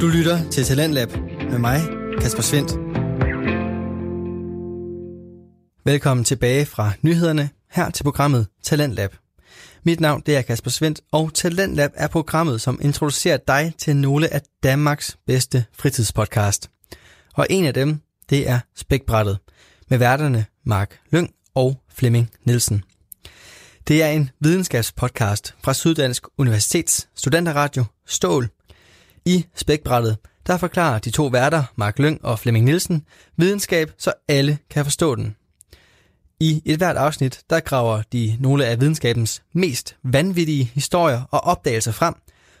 Du lytter til Talentlab med mig, Kasper Svendt. Velkommen tilbage fra nyhederne her til programmet Talentlab. Mit navn det er Kasper Svendt, og Talentlab er programmet, som introducerer dig til nogle af Danmarks bedste fritidspodcast. Og en af dem, det er Spækbrættet, med værterne Mark Lyng og Flemming Nielsen. Det er en videnskabspodcast fra Syddansk Universitets Studenterradio Stål. I spækbrættet, der forklarer de to værter, Mark Lyng og Flemming Nielsen, videnskab, så alle kan forstå den. I et hvert afsnit, der graver de nogle af videnskabens mest vanvittige historier og opdagelser frem,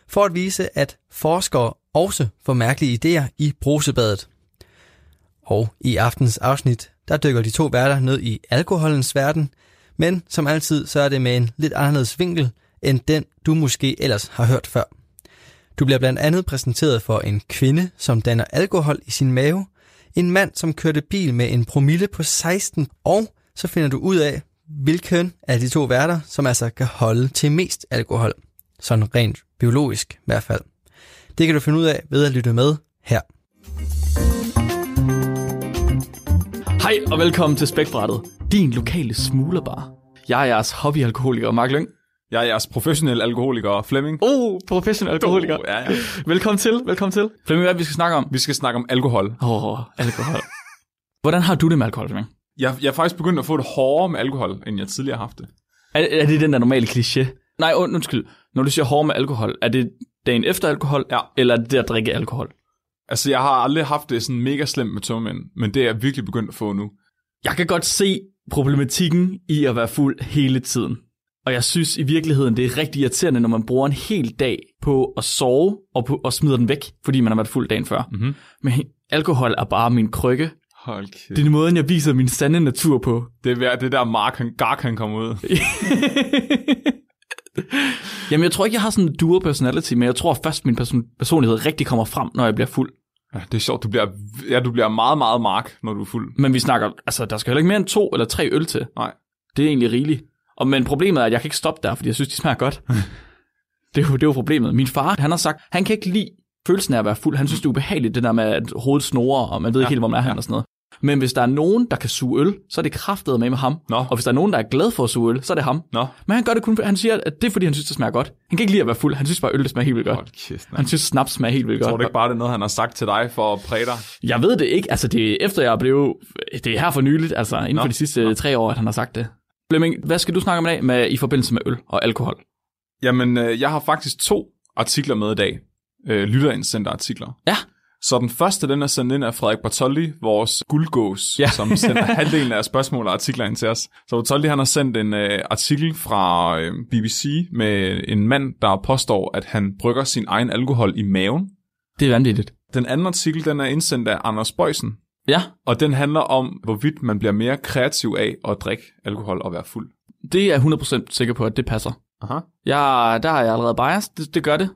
for at vise, at forskere også får mærkelige idéer i brusebadet. Og i aftens afsnit, der dykker de to værter ned i alkoholens verden, men som altid, så er det med en lidt anderledes vinkel, end den du måske ellers har hørt før. Du bliver blandt andet præsenteret for en kvinde, som danner alkohol i sin mave, en mand, som kørte bil med en promille på 16, og så finder du ud af, hvilken af de to værter, som altså kan holde til mest alkohol. Sådan rent biologisk i hvert fald. Det kan du finde ud af ved at lytte med her. Hej og velkommen til Spækbrættet, din lokale smuglerbar. Jeg er jeres hobbyalkoholiker, Mark Lyng. Jeg er jeres professionelle alkoholiker, Flemming. Oh, professionel alkoholiker. Oh, ja, ja. Velkommen til, velkommen til. Flemming, hvad er det, vi skal snakke om? Vi skal snakke om alkohol. Åh, oh, alkohol. Hvordan har du det med alkohol, Flemming? Jeg, jeg er faktisk begyndt at få det hårdere med alkohol, end jeg tidligere har haft det. Er, er det den der normale kliché? Nej, und- undskyld. Når du siger hård med alkohol, er det dagen efter alkohol, ja. eller er det det at drikke alkohol? Altså, jeg har aldrig haft det sådan mega slemt med tømmermænd, men det er jeg virkelig begyndt at få nu. Jeg kan godt se problematikken i at være fuld hele tiden. Og jeg synes i virkeligheden, det er rigtig irriterende, når man bruger en hel dag på at sove og, på, og smider den væk, fordi man har været fuld dagen før. Mm-hmm. Men alkohol er bare min krykke. Hold kæft. Det er den måde, jeg viser min sande natur på. Det er værd, det der Mark, han, Gark, han kommer ud. Jamen, jeg tror ikke, jeg har sådan en dual personality, men jeg tror først, min person- personlighed rigtig kommer frem, når jeg bliver fuld. Ja, det er sjovt, du bliver, ja, du bliver meget, meget Mark, når du er fuld. Men vi snakker, altså, der skal heller ikke mere end to eller tre øl til. Nej. Det er egentlig rigeligt. Og, men problemet er, at jeg kan ikke stoppe der, fordi jeg synes, de smager godt. det, er jo, det er jo problemet. Min far, han har sagt, han kan ikke lide følelsen af at være fuld. Han synes, det er ubehageligt, det der med, at hovedet snorer, og man ved ikke helt, hvor man er hen og sådan noget. Men hvis der er nogen, der kan suge øl, så er det kraftet med med ham. Nå. Og hvis der er nogen, der er glad for at suge øl, så er det ham. Nå. Men han gør det kun, for- han siger, at det er fordi, han synes, det smager godt. Han kan ikke lide at være fuld. Han synes bare, øl det smager helt vildt godt. Hold kæft, man. Han synes, snaps smager helt vildt godt. Tror du ikke bare, det er noget, han har sagt til dig for at præge dig? Jeg ved det ikke. Altså, det er efter jeg blev... Det er her for nyligt, altså inden Nå. Nå. for de sidste Nå. tre år, at han har sagt det. Flemming, hvad skal du snakke om i dag med, i forbindelse med øl og alkohol? Jamen, øh, jeg har faktisk to artikler med i dag. Øh, lytterindsendte artikler. Ja. Så den første, den er sendt ind af Frederik Bartoldi, vores guldgås, Ja. ja. som sender halvdelen af spørgsmål og artikler ind til os. Så Bartoldi han har sendt en øh, artikel fra øh, BBC med en mand, der påstår, at han brygger sin egen alkohol i maven. Det er vanvittigt. Den anden artikel, den er indsendt af Anders Bøjsen, Ja, og den handler om, hvorvidt man bliver mere kreativ af at drikke alkohol og være fuld. det er jeg 100% sikker på, at det passer. Aha. Jeg, der er jeg allerede biased. Det, det gør det.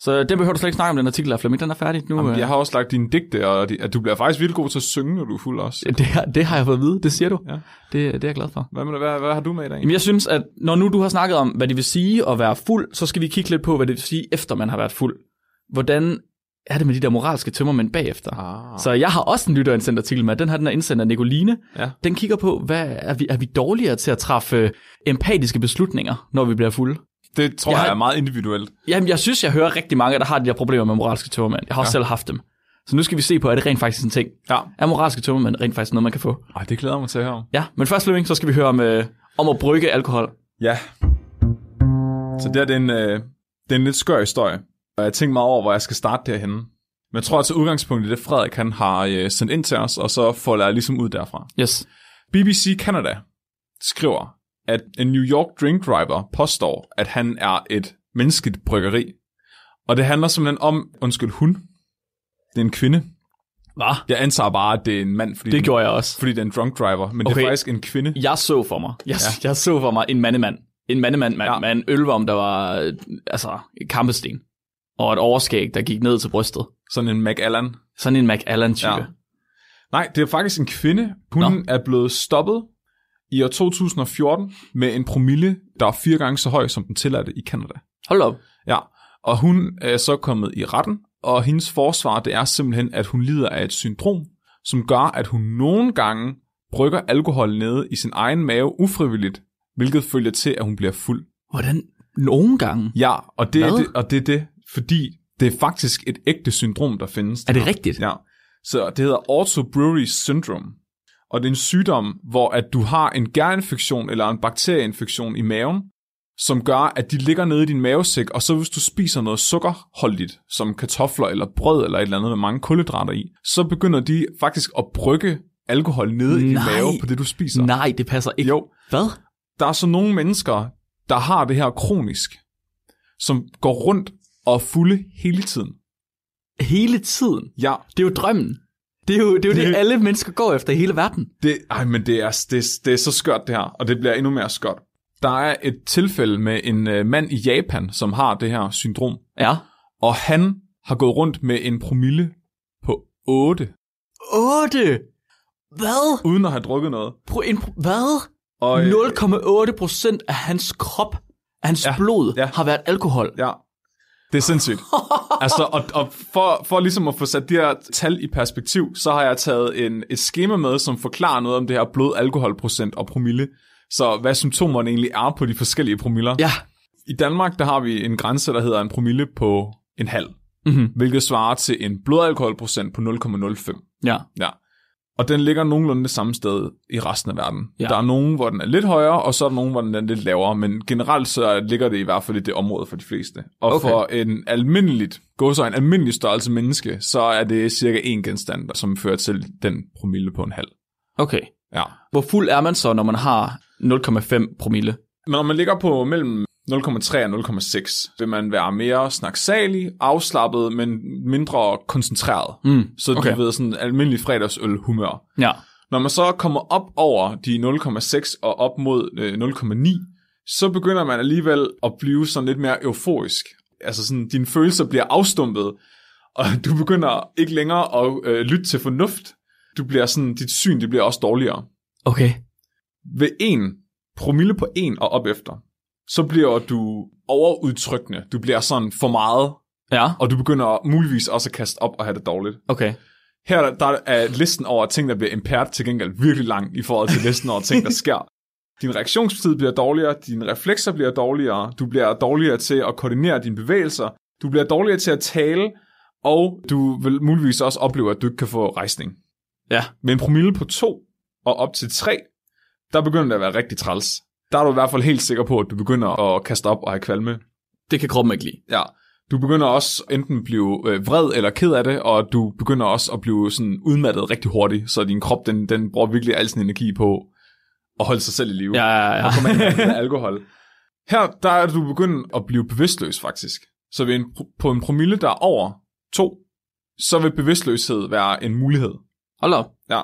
Så den behøver du slet ikke snakke om, den artikel af Flemming. Den er færdig nu. Jamen, øh. jeg har også lagt dine digte, og de- at du bliver faktisk vildt god til at synge, når du er fuld også. det, har- det har jeg fået at vide. Det siger du. Ja. Det, det er jeg glad for. Hvad, med, det? hvad, hvad har du med i dag? Jamen, jeg synes, at når nu du har snakket om, hvad det vil sige at være fuld, så skal vi kigge lidt på, hvad det vil sige, efter man har været fuld. Hvordan er det med de der moralske tømmermænd bagefter? Ah. Så jeg har også en lytterindsendt artikel med. Den her den er indsendt af Nicoline. Ja. Den kigger på, hvad er vi, er vi dårligere til at træffe øh, empatiske beslutninger, når vi bliver fulde? Det tror Jeg jeg, har- jeg er meget individuelt. Jamen, jeg synes, jeg hører rigtig mange, der har de der problemer med moralske tømmermænd. Jeg har også selv haft dem. Så nu skal vi se på, er det rent faktisk en ting? Ja. Er moralske tømmermænd rent faktisk noget, man kan få? Ej, det glæder jeg mig til at høre om. Ja, men først, Løving, så skal vi høre om, øh, om at brygge alkohol. Ja. Så der, det er en, øh, det er en lidt skør historie. Og jeg tænkte meget over, hvor jeg skal starte derhenne. Men jeg tror, at til udgangspunkt i det, Frederik han har øh, sendt ind til os, og så folder jeg ligesom ud derfra. Yes. BBC Canada skriver, at en New York drink driver påstår, at han er et menneskeligt bryggeri. Og det handler simpelthen om, undskyld, hun. Det er en kvinde. Hvad? Jeg antager bare, at det er en mand, fordi, Det den, gjorde jeg også. fordi det er en drunk driver. Men okay. Okay. det er faktisk en kvinde. Jeg så for mig. Jeg, ja. jeg så for mig en mandemand. En mandemand mand, ja. Ja. med en ølvom, der var øh, altså, et kampesten. Og et overskæg, der gik ned til brystet. Sådan en McAllen. Sådan en McAllen-type. Ja. Ja. Nej, det er faktisk en kvinde. Hun Nå. Nå. er blevet stoppet i år 2014 med en promille, der er fire gange så høj som den tilladte i Kanada. Hold op. Ja, og hun er så kommet i retten, og hendes forsvar, det er simpelthen, at hun lider af et syndrom, som gør, at hun nogle gange brygger alkohol nede i sin egen mave ufrivilligt, hvilket følger til, at hun bliver fuld. Hvordan? Nogle gange? Ja, og det, er Hvad? det, og det er det, fordi det er faktisk et ægte syndrom, der findes. Er det rigtigt? Ja. Så det hedder Otto Brewery Syndrome. Og det er en sygdom, hvor at du har en gærinfektion eller en bakterieinfektion i maven, som gør, at de ligger nede i din mavesæk, og så hvis du spiser noget sukkerholdigt, som kartofler eller brød eller et eller andet med mange kulhydrater i, så begynder de faktisk at brygge alkohol nede i din Nej. mave på det, du spiser. Nej, det passer ikke. Jo. Hvad? Der er så nogle mennesker, der har det her kronisk, som går rundt og er fulde hele tiden. Hele tiden? Ja, Det er jo drømmen. Det er jo det, er jo det Det- alle mennesker går efter i hele verden. Det, ej, men det er, det, det er så skørt det her, og det bliver endnu mere skørt. Der er et tilfælde med en øh, mand i Japan, som har det her syndrom, Ja. og han har gået rundt med en promille på 8, 8! Hvad? uden at have drukket noget. Pro, en, pro- hvad? Og, øh, 0,8 procent af hans krop, af hans ja, blod, ja. ja. har været alkohol. Ja, det er sindssygt. altså, og, og for, for ligesom at få sat de her tal i perspektiv, så har jeg taget en, et schema med, som forklarer noget om det her blod, alkoholprocent og promille. Så hvad symptomerne egentlig er på de forskellige promiller. Ja. I Danmark, der har vi en grænse, der hedder en promille på en halv, Mm-hmm. hvilket svarer til en blodalkoholprocent på 0,05. ja. Ja. Og den ligger nogenlunde det samme sted i resten af verden. Ja. Ja. Der er nogen, hvor den er lidt højere, og så er der nogen, hvor den er lidt lavere, men generelt så ligger det i hvert fald i det område for de fleste. Og Okay. okay. for en almindeligt, gå så en almindelig størrelse menneske, så er det cirka én genstand, som fører til den promille på en halv. Okay. Ja. Hvor fuld er man så, når man har 0,5 promille? Men når man ligger på mellem 0,3 og 0,6, vil man være mere snaksalig, afslappet, men mindre koncentreret. Mm. Så okay. Okay. du ved sådan almindelig fredagsøl humør. Ja. Når man så kommer op over de 0,6 og op mod øh, 0,9, så begynder man alligevel at blive sådan lidt mere euforisk. Altså sådan, dine følelser bliver afstumpet, og du begynder ikke længere at øh, lytte til fornuft. Du bliver sådan, dit syn det bliver også dårligere Okay. ved en promille på en og op efter, så bliver du overudtrykkende. Du bliver sådan for meget, Ja. og du begynder muligvis også at kaste op og have det dårligt. Okay. Her er- der er listen over ting, der bliver impaired til gengæld virkelig lang i forhold til listen over ting, der sker. Din reaktionstid bliver dårligere, dine reflekser bliver dårligere, du bliver dårligere til at koordinere dine bevægelser, du bliver dårligere til at tale, og du vil muligvis også opleve, at du ikke kan få rejsning. Ja. Med en promille på 2 og op til 3, der begynder det at være rigtig træls. Der er du i hvert fald helt sikker på, at du begynder at kaste op og have kvalme. Det kan kroppen ikke lide. Ja. Du begynder også enten at blive øh, vred eller ked af det, og du begynder også at blive sådan udmattet rigtig hurtigt, så din krop den, den bruger virkelig al sin energi på at holde sig selv i live. Ja, ja, ja. Og komme af med alkohol. Her der er du begyndt at blive bevidstløs faktisk. Så ved en, på en promille, der er over 2, så vil bevidstløshed være en mulighed. Hold op. Ja.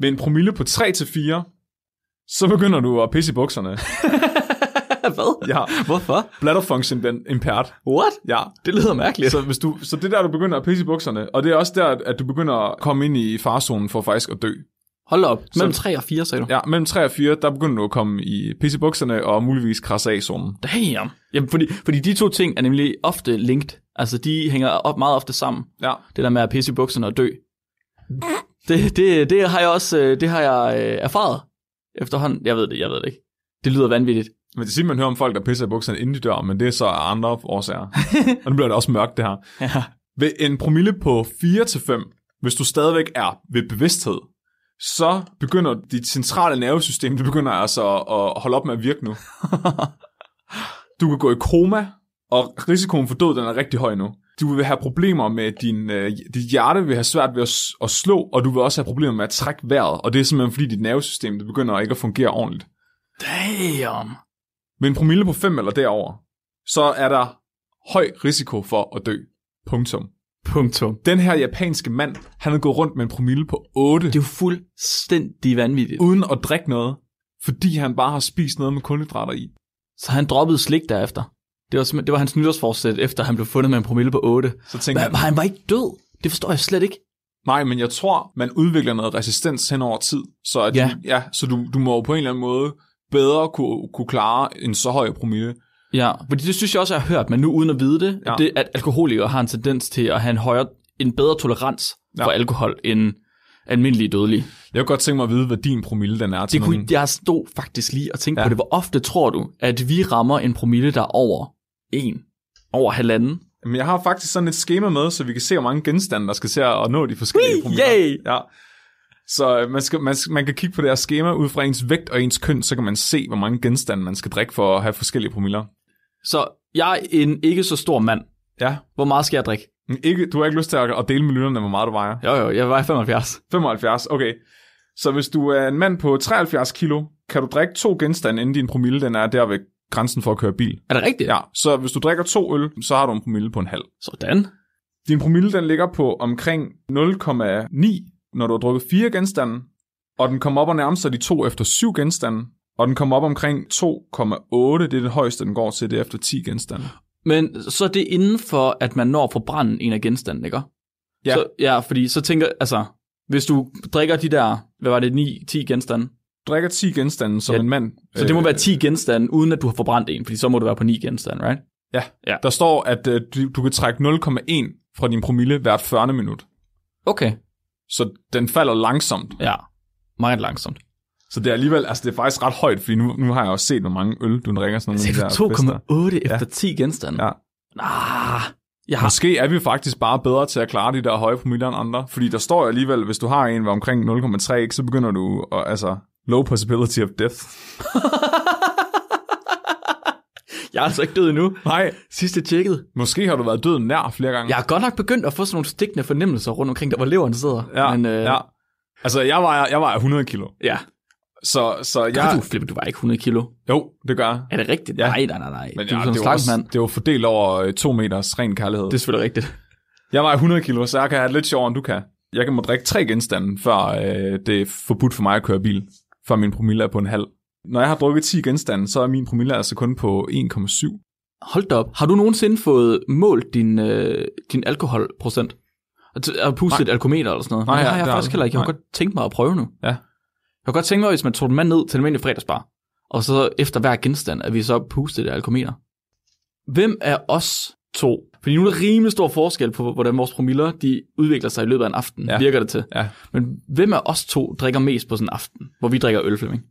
Ved en promille på 3-4, så begynder du at pisse i bukserne. Hvad? Ja. Hvorfor? Bladder function den impaired. What? Ja. Det lyder mærkeligt. Så, hvis du, så det er der, du begynder at pisse i bukserne, og det er også der, at du begynder at komme ind i farzonen for faktisk at dø. Hold op. Mellem 3 og 4, sagde du. Ja, mellem 3 og 4, der begynder du at komme i pisse i bukserne og muligvis krasse af i zonen. Damn. Jamen, fordi, fordi de to ting er nemlig ofte linked. Altså, de hænger op, meget ofte sammen. Ja. Det der med at pisse i bukserne og dø. Det, det, det har jeg også øh, det har jeg øh, erfaret efterhånden. Jeg ved det, jeg ved det ikke. Det lyder vanvittigt. Men det siger, man hører om folk, der pisser i bukserne inden de dør, men det er så af andre årsager. og nu bliver det også mørkt, det her. Ja. Ved en promille på 4-5, hvis du stadigvæk er ved bevidsthed, så begynder dit centrale nervesystem, det begynder altså at holde op med at virke nu. Du kan gå i koma, og risikoen for død, den er rigtig høj nu. Du vil have problemer med din, øh, dit hjerte, vil have svært ved at, s- at slå, og du vil også have problemer med at trække vejret, og det er simpelthen fordi dit nervesystem, det begynder ikke at fungere ordentligt. Damn. Med en promille på 5 eller derover, så er der høj risiko for at dø. Punktum. Punktum. Den her japanske mand, han havde gået rundt med en promille på 8, Det er jo fuldstændig vanvittigt. uden at drikke noget, fordi han bare har spist noget med kulhydrater i. Så han droppede slik derefter. Det var, simpelthen- det var hans nytårsforsæt, efter han blev fundet med en promille på 8. Så tænkte Men han, han var ikke død. Det forstår jeg slet ikke. nej, men jeg tror, man udvikler noget resistens hen over tid, så, at Ja. ja. Ja, så du, du må jo på en eller anden måde bedre kunne, kunne klare en så høj promille. Ja, fordi det synes jeg også, jeg har hørt, men nu uden at vide det, Ja. ja. det at alkoholikere har en tendens til at have en, højere, en bedre tolerans Ja. ja. for alkohol end almindelige dødelige. Jeg kunne godt tænke mig at vide, hvad din promille den er til Det kunne, nogen. jeg stod faktisk lige og tænkte Mm. Ja. ja. på det. Hvor ofte tror du, at vi rammer en promille, der er over en, over halvanden? Men jeg har faktisk sådan et schema med, så vi kan se, hvor mange genstande, der skal til at nå de forskellige Whee! promiller. Yay! Ja. Så øh, man, skal, man, skal- man kan kigge på det her schema ud fra ens vægt og ens køn, så kan man se, hvor mange genstande man skal drikke for at have forskellige promiller. Så jeg er en ikke så stor mand. Ja. Hvor meget skal jeg drikke? Men Ikke, du har ikke lyst til at at dele med lytterne, hvor meget du vejer. Jo, jo, jeg vejer 75. 75, okay. Så hvis du er en mand på 73 kilo, kan du drikke to genstande, inden din promille den er der ved grænsen for at køre bil. Er det rigtigt? Ja, så hvis du drikker to øl, så har du en promille på en halv. Sådan. Din promille den ligger på omkring 0,9, når du har drukket fire genstande, og den kommer op og nærmer sig de to efter syv genstande, og den kommer op omkring 2,8, det er det højeste, den går til, det er efter 10 genstande. Men så er det inden for, at man når at forbrænde en af genstandene, ikke? Ja. Så, ja, fordi så tænker, altså, hvis du drikker de der, hvad var det, 9-10 genstande? Du drikker 10 genstande som Ja, en mand. Så det må Øh, være 10 genstande, uden at du har forbrændt en, fordi så må du være på 9 genstande, right? Ja, Ja. der står, at øh, du, du kan trække 0,1 fra din promille hvert 40. minut. Okay. Så den falder langsomt. Ja. Meget langsomt. Så det er alligevel, altså det er faktisk ret højt, fordi nu, nu har jeg også set, hvor mange øl, du drikker sådan Altså, nogle af de der fester. 2,8 efter 10 genstande. Ja. Ah, jeg har... Måske er vi faktisk bare bedre til at klare de der høje promiller end andre, fordi der står jo alligevel, hvis du har en ved omkring 0,3, ikke, så begynder du, at, altså, low possibility of death. Jeg er altså ikke død endnu. Nej, Sidste tjekket. måske har du været døden nær flere gange. Jeg har godt nok begyndt at få sådan nogle stikkende fornemmelser rundt omkring, der hvor leveren sidder. ja, Men, øh, ja. Altså, jeg vejer, jeg vejer 100 kilo, ja. så, så Gør jeg... du, Flip, du var ikke 100 kilo. Jo, det gør jeg. Er det rigtigt? Ja. Ja. Nej, nej, nej, nej. Men, du er ja, sådan en det, var slank mand. også, det var fordelt over øh, to meters ren kærlighed. Det er selvfølgelig rigtigt. Jeg vejer 100 kilo, så jeg kan have det lidt sjovere, end du kan. Jeg kan må drikke tre genstande, før øh, det er forbudt for mig at køre bil. Før min promille er på en halv. Når jeg har drukket 10 genstande, så er min promille altså kun på 1,7. Hold da op. Har du nogensinde fået målt din, øh, din alkoholprocent? Og t- Og pustet et alkometer eller sådan noget? Nej, Nej, det ja, har jeg det har faktisk jeg heller ikke. Jeg aldrig. kunne godt tænke mig at prøve nu. Ja. Jeg kunne godt tænke mig, hvis man tog den mand ned til den almindelige fredagsbar, og så efter hver genstand, at vi så pustede det alkometer. Hvem er os to? Fordi nu er der rimelig stor forskel på, hvordan vores promiller de udvikler sig i løbet af en aften, Ja. ja. virker det til. Ja. Men hvem af os to drikker mest på sådan en aften, hvor vi drikker øl, Flemming?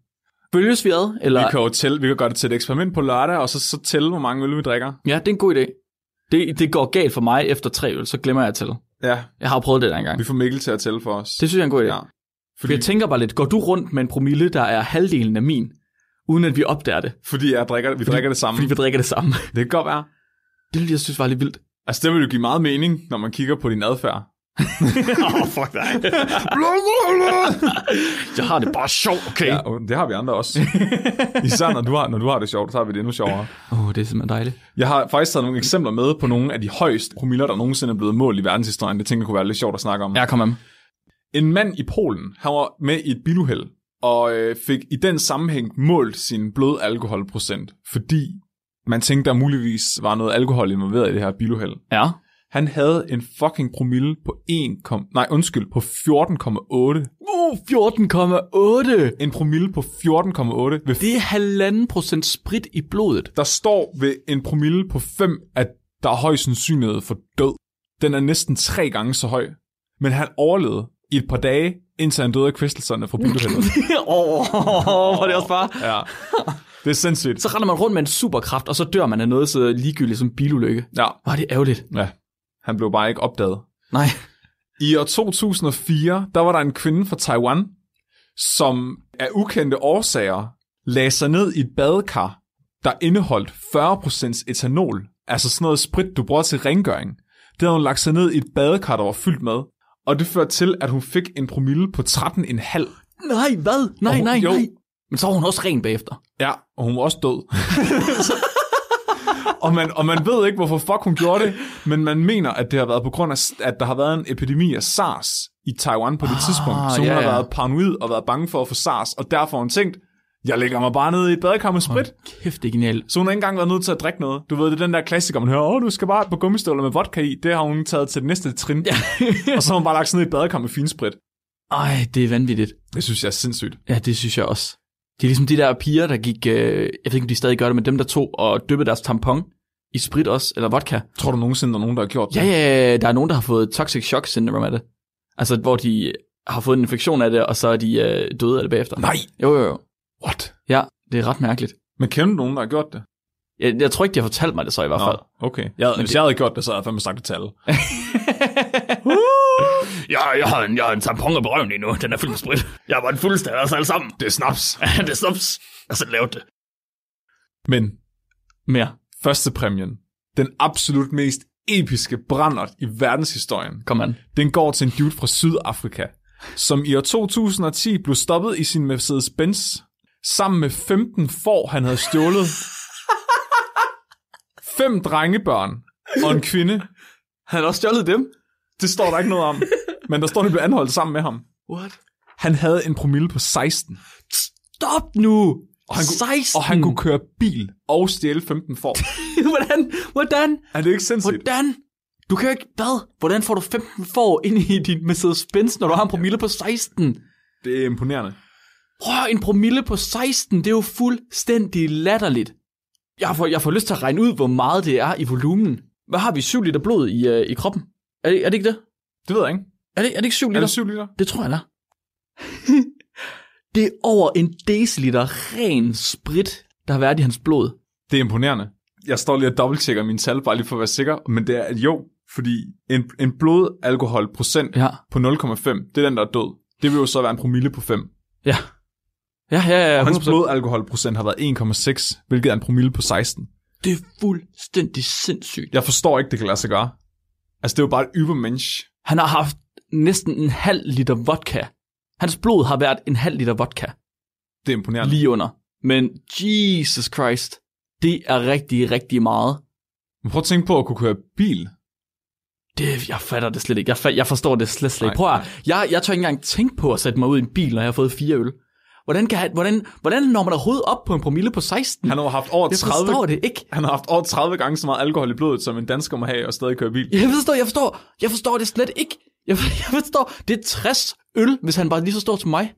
Følges vi ad? Eller? Vi kan jo tælle, vi kan gøre det til et eksperiment på lørdag, og så, så tælle, hvor mange øl vi drikker. Ja, det er en god idé. Det, det går galt for mig efter tre øl, så glemmer jeg at tælle. Ja, Jeg har jo prøvet det der engang. vi får Mikkel til at tælle for os. Det synes jeg er en god idé. Ja. Ja, fordi, fordi... Jeg tænker bare lidt, går du rundt med en promille, der er halvdelen af min, uden at vi opdager det, fordi jeg drikker, vi drikker det samme. fordi vi drikker det samme? Det kan godt være. det ville jeg synes var lidt vildt. Altså, det vil jo give meget mening, når man kigger på din adfærd. Åh, oh, fuck dig. jeg har det bare sjovt, okay? Ja, Åh, og det har vi andre også. Især når du har, når du har det sjovt, så har vi det endnu sjovere. oh, det er simpelthen dejligt. Jeg har faktisk taget nogle eksempler med på nogle af de højeste promiller, der nogensinde er blevet målt i verdenshistorien. Det tænker jeg kunne være lidt sjovt at snakke om. Ja, kom med. En mand i Polen, han var med i et biluheld, og øh, fik i den sammenhæng målt sin blød alkoholprocent, fordi man tænkte, der muligvis var noget alkohol involveret i det her biluheld. Ja. Han havde en fucking promille på 1, kom- nej undskyld, på 14,8. Uh, 14,8! En promille på 14,8 ved Det er halvanden procent sprit i blodet. Der står ved en promille på 5, at der er høj sandsynlighed for død. Den er næsten tre gange så høj. Men han overlevede i et par dage, indtil han døde af kvæstelserne fra biluheldet. Åh, oh, var det også bare... ja. Det er sindssygt. Så render man rundt med en superkraft, og så dør man af noget så ligegyldigt som bilulykke. Ja. Var det er ærgerligt? ja. Han blev bare ikke opdaget. Nej. I år 2004, der var der en kvinde fra Taiwan, som af ukendte årsager lagde sig ned i et badekar, der indeholdt 40% etanol, altså sådan noget sprit, du bruger til rengøring. Det havde hun lagt sig ned i et badekar, der var fyldt med, og det førte til, at hun fik en promille på 13,5. Nej, hvad? Nej, Og- nej, jo. nej. Men så var hun også ren bagefter. Ja, og hun var også død. og, man, og man ved ikke, hvorfor fuck hun gjorde det, men man mener, at det har været på grund af, at der har været en epidemi af SARS i Taiwan på det ah, tidspunkt. Så hun ja, har ja. været paranoid og været bange for at få SARS, og derfor har hun tænkt, jeg lægger mig bare ned i et badekar med sprit. Kæft, det er genialt. Så hun har ikke engang været nødt til at drikke noget. Du ved, det er den der klassiker, man hører, åh, du skal bare på gummistøvler med vodka i. Det har hun taget til det næste trin. Ja. og så har hun bare lagt sig ned i et badekar med finsprit. Ej, det er vanvittigt. Det synes jeg er sindssygt. Ja, det synes jeg også. Det er ligesom de der piger, der gik, øh, jeg ved ikke, om de stadig gør det, men dem, der tog og dyppede deres tampon i sprit også, eller vodka. Tror du nogensinde, der er nogen, der har gjort det? Ja, ja, ja, der er nogen, der har fået toxic shock syndrome af det. Altså, hvor de har fået en infektion af det, og så er de øh, døde af det bagefter. Nej, Jo, jo, jo. what? Ja, det er ret mærkeligt. Men kender du nogen, der har gjort det? Jeg, jeg tror ikke, de har fortalt mig det så i hvert fald. okay. Jeg, hvis det... jeg havde gjort det, så havde jeg fandme sagt et tal. Ja, jeg har en, jeg har en tampon på røven lige nu. Den er fyldt med sprit. Jeg var en fuldstændig af os alle sammen. Det er snaps. det er stops. Og så lavede det. Men Mere. første præmien, den absolut mest episke brændert i verdenshistorien, Kom an. den går til en dude fra Sydafrika, som i år 2010 blev stoppet i sin Mercedes-Benz, sammen med 15 får, han havde stjålet. Fem drengebørn og en kvinde. Han har også stjålet dem. Det står der ikke noget om. Men der står, at de blev anholdt sammen med ham. What? Han havde en promille på 16. Stop nu! Og han, Kunne, og han kunne køre bil og stjæle 15 får. hvordan? Hvordan? Er det ikke sindssygt? Hvordan? Du kan jo ikke... Hvad? Hvordan får du 15 får ind i din Mercedes-Benz, når du har en promille på 16? Det er imponerende. Prøv en promille på 16, det er jo fuldstændig latterligt. Jeg får, jeg får lyst til at regne ud, hvor meget det er i volumen. Hvad har vi? 7 liter blod i, øh, i kroppen? Er det, er det ikke det? Det ved jeg ikke. Er det, er det ikke 7 Er liter? det 7 liter? Det tror jeg, der. det er over en deciliter ren sprit, der har været i hans blod. Det er imponerende. Jeg står lige og dobbelttjekker mine tal, bare lige for at være sikker. Men det er at jo, fordi en, en blodalkoholprocent Ja. på 0,5, det er den, der er død. Det vil jo så være en promille på 5. Ja. Ja, ja, ja. Og hans 100%. blodalkoholprocent har været 1,6, hvilket er en promille på 16. Det er fuldstændig sindssygt. Jeg forstår ikke, det kan lade sig gøre. Altså, det er jo bare et ybermensch. Han har haft næsten en halv liter vodka. Hans blod har været en halv liter vodka. Det er imponerende. Lige under. Men Jesus Christ. Det er rigtig, rigtig meget. Men prøv at tænke på at kunne køre bil. Det, jeg fatter det slet ikke. Jeg, fa- jeg forstår det slet, slet Nej, ikke. Prøv at, jeg, jeg tør ikke engang tænke på at sætte mig ud i en bil, når jeg har fået fire øl. Hvordan, kan, jeg- hvordan, hvordan når man overhovedet op på en promille på 16? Han har jo haft over jeg forstår 30, det ikke. han har haft over 30 gange så meget alkohol i blodet, som en dansker må have og stadig køre bil. Jeg forstår, jeg forstår, jeg forstår det slet ikke. Jeg, jeg forstår, det er 60 øl, hvis han var lige så stor som mig.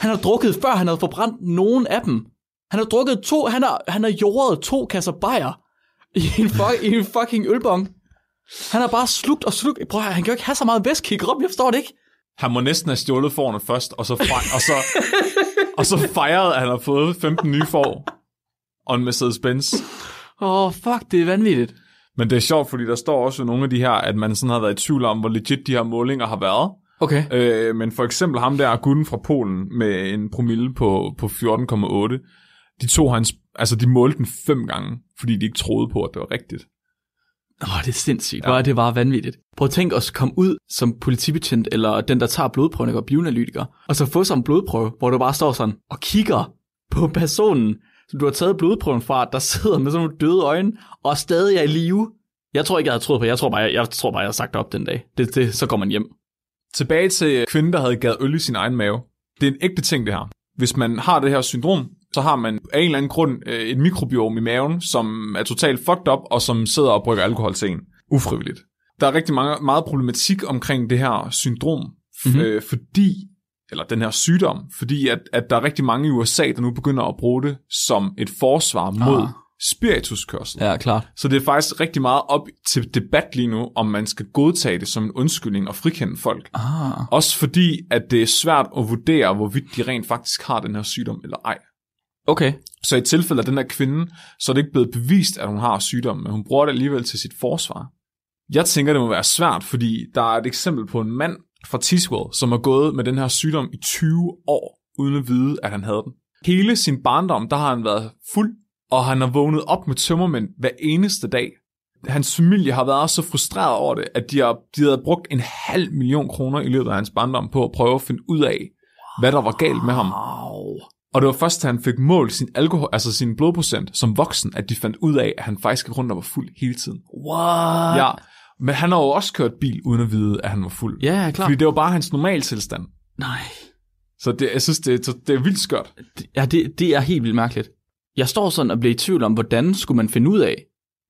Han har drukket før, han havde forbrændt nogen af dem. Han har drukket to, han har, han har jordet to kasser bajer i en, fuck, i en fucking ølbong. Han har bare slugt og slugt. Prøv at høre, han kan jo ikke have så meget væske i kroppen, jeg forstår det ikke. Han må næsten have stjålet forne først, og så, fej- og så, og så fejrede, at han har fået 15 nye får og en Mercedes-Benz. Åh, oh, fuck, det er vanvittigt. Men det er sjovt, fordi der står også ved nogle af de her, at man sådan har været i tvivl om, hvor legit de her målinger har været. Okay. Øh, men for eksempel ham der, gutten fra Polen, med en promille på, på 14,8, de tog hans, altså de målte den fem gange, fordi de ikke troede på, at det var rigtigt. Åh, oh, det er sindssygt. Ja. Hvor er det bare vanvittigt. Prøv at tænke os komme ud som politibetjent, eller den, der tager blodprøven, og bioanalytiker, og så få sådan en blodprøve, hvor du bare står sådan og kigger på personen, som du har taget blodprøven fra, der sidder med sådan nogle døde øjne, og stadig er i live. Jeg tror ikke, jeg havde troet på det. Jeg tror bare, jeg, jeg, tror bare, jeg har sagt op den dag. Det, det, så går man hjem. Tilbage til kvinden, der havde gavet øl i sin egen mave. Det er en ægte ting, det her. Hvis man har det her syndrom, så har man af en eller anden grund øh, et mikrobiom i maven, som er totalt fucked up, og som sidder og brygger alkohol til en. Ufrivilligt. Der er rigtig mange, meget problematik omkring det her syndrom, Mhm. mm-hmm. øh, fordi, eller den her sygdom, fordi at, at der er rigtig mange i USA, der nu begynder at bruge det som et forsvar mod Ah. spirituskørsel. Ja, klart. Så det er faktisk rigtig meget op til debat lige nu, om man skal godtage det som en undskyldning og frikende folk. Ah. Også fordi, at det er svært at vurdere, hvorvidt de rent faktisk har den her sygdom eller ej. Okay. Så i tilfælde af den her kvinde, så er det ikke blevet bevist, at hun har sygdommen, men hun bruger det alligevel til sit forsvar. Jeg tænker, det må være svært, fordi der er et eksempel på en mand fra Tiswell, som har gået med den her sygdom i 20 år, uden at vide, at han havde den. Hele sin barndom, der har han været fuld, og han har vågnet op med tømmermænd hver eneste dag. Hans familie har været så frustreret over det, at de har, de har brugt en halv million kroner i løbet af hans barndom på at prøve at finde ud af, hvad der var galt med ham. Au. Og det var først, da han fik målt sin, alkohol, altså sin blodprocent som voksen, at de fandt ud af, at han faktisk gik rundt og var fuld hele tiden. What? Ja, men han har jo også kørt bil, uden at vide, at han var fuld. Ja, ja, klart. Fordi det var bare hans normaltilstand. Nej. Så det, jeg synes, det, er- så det er vildt skørt. Ja, det, det er helt vildt mærkeligt. Jeg står sådan og bliver i tvivl om, hvordan skulle man finde ud af,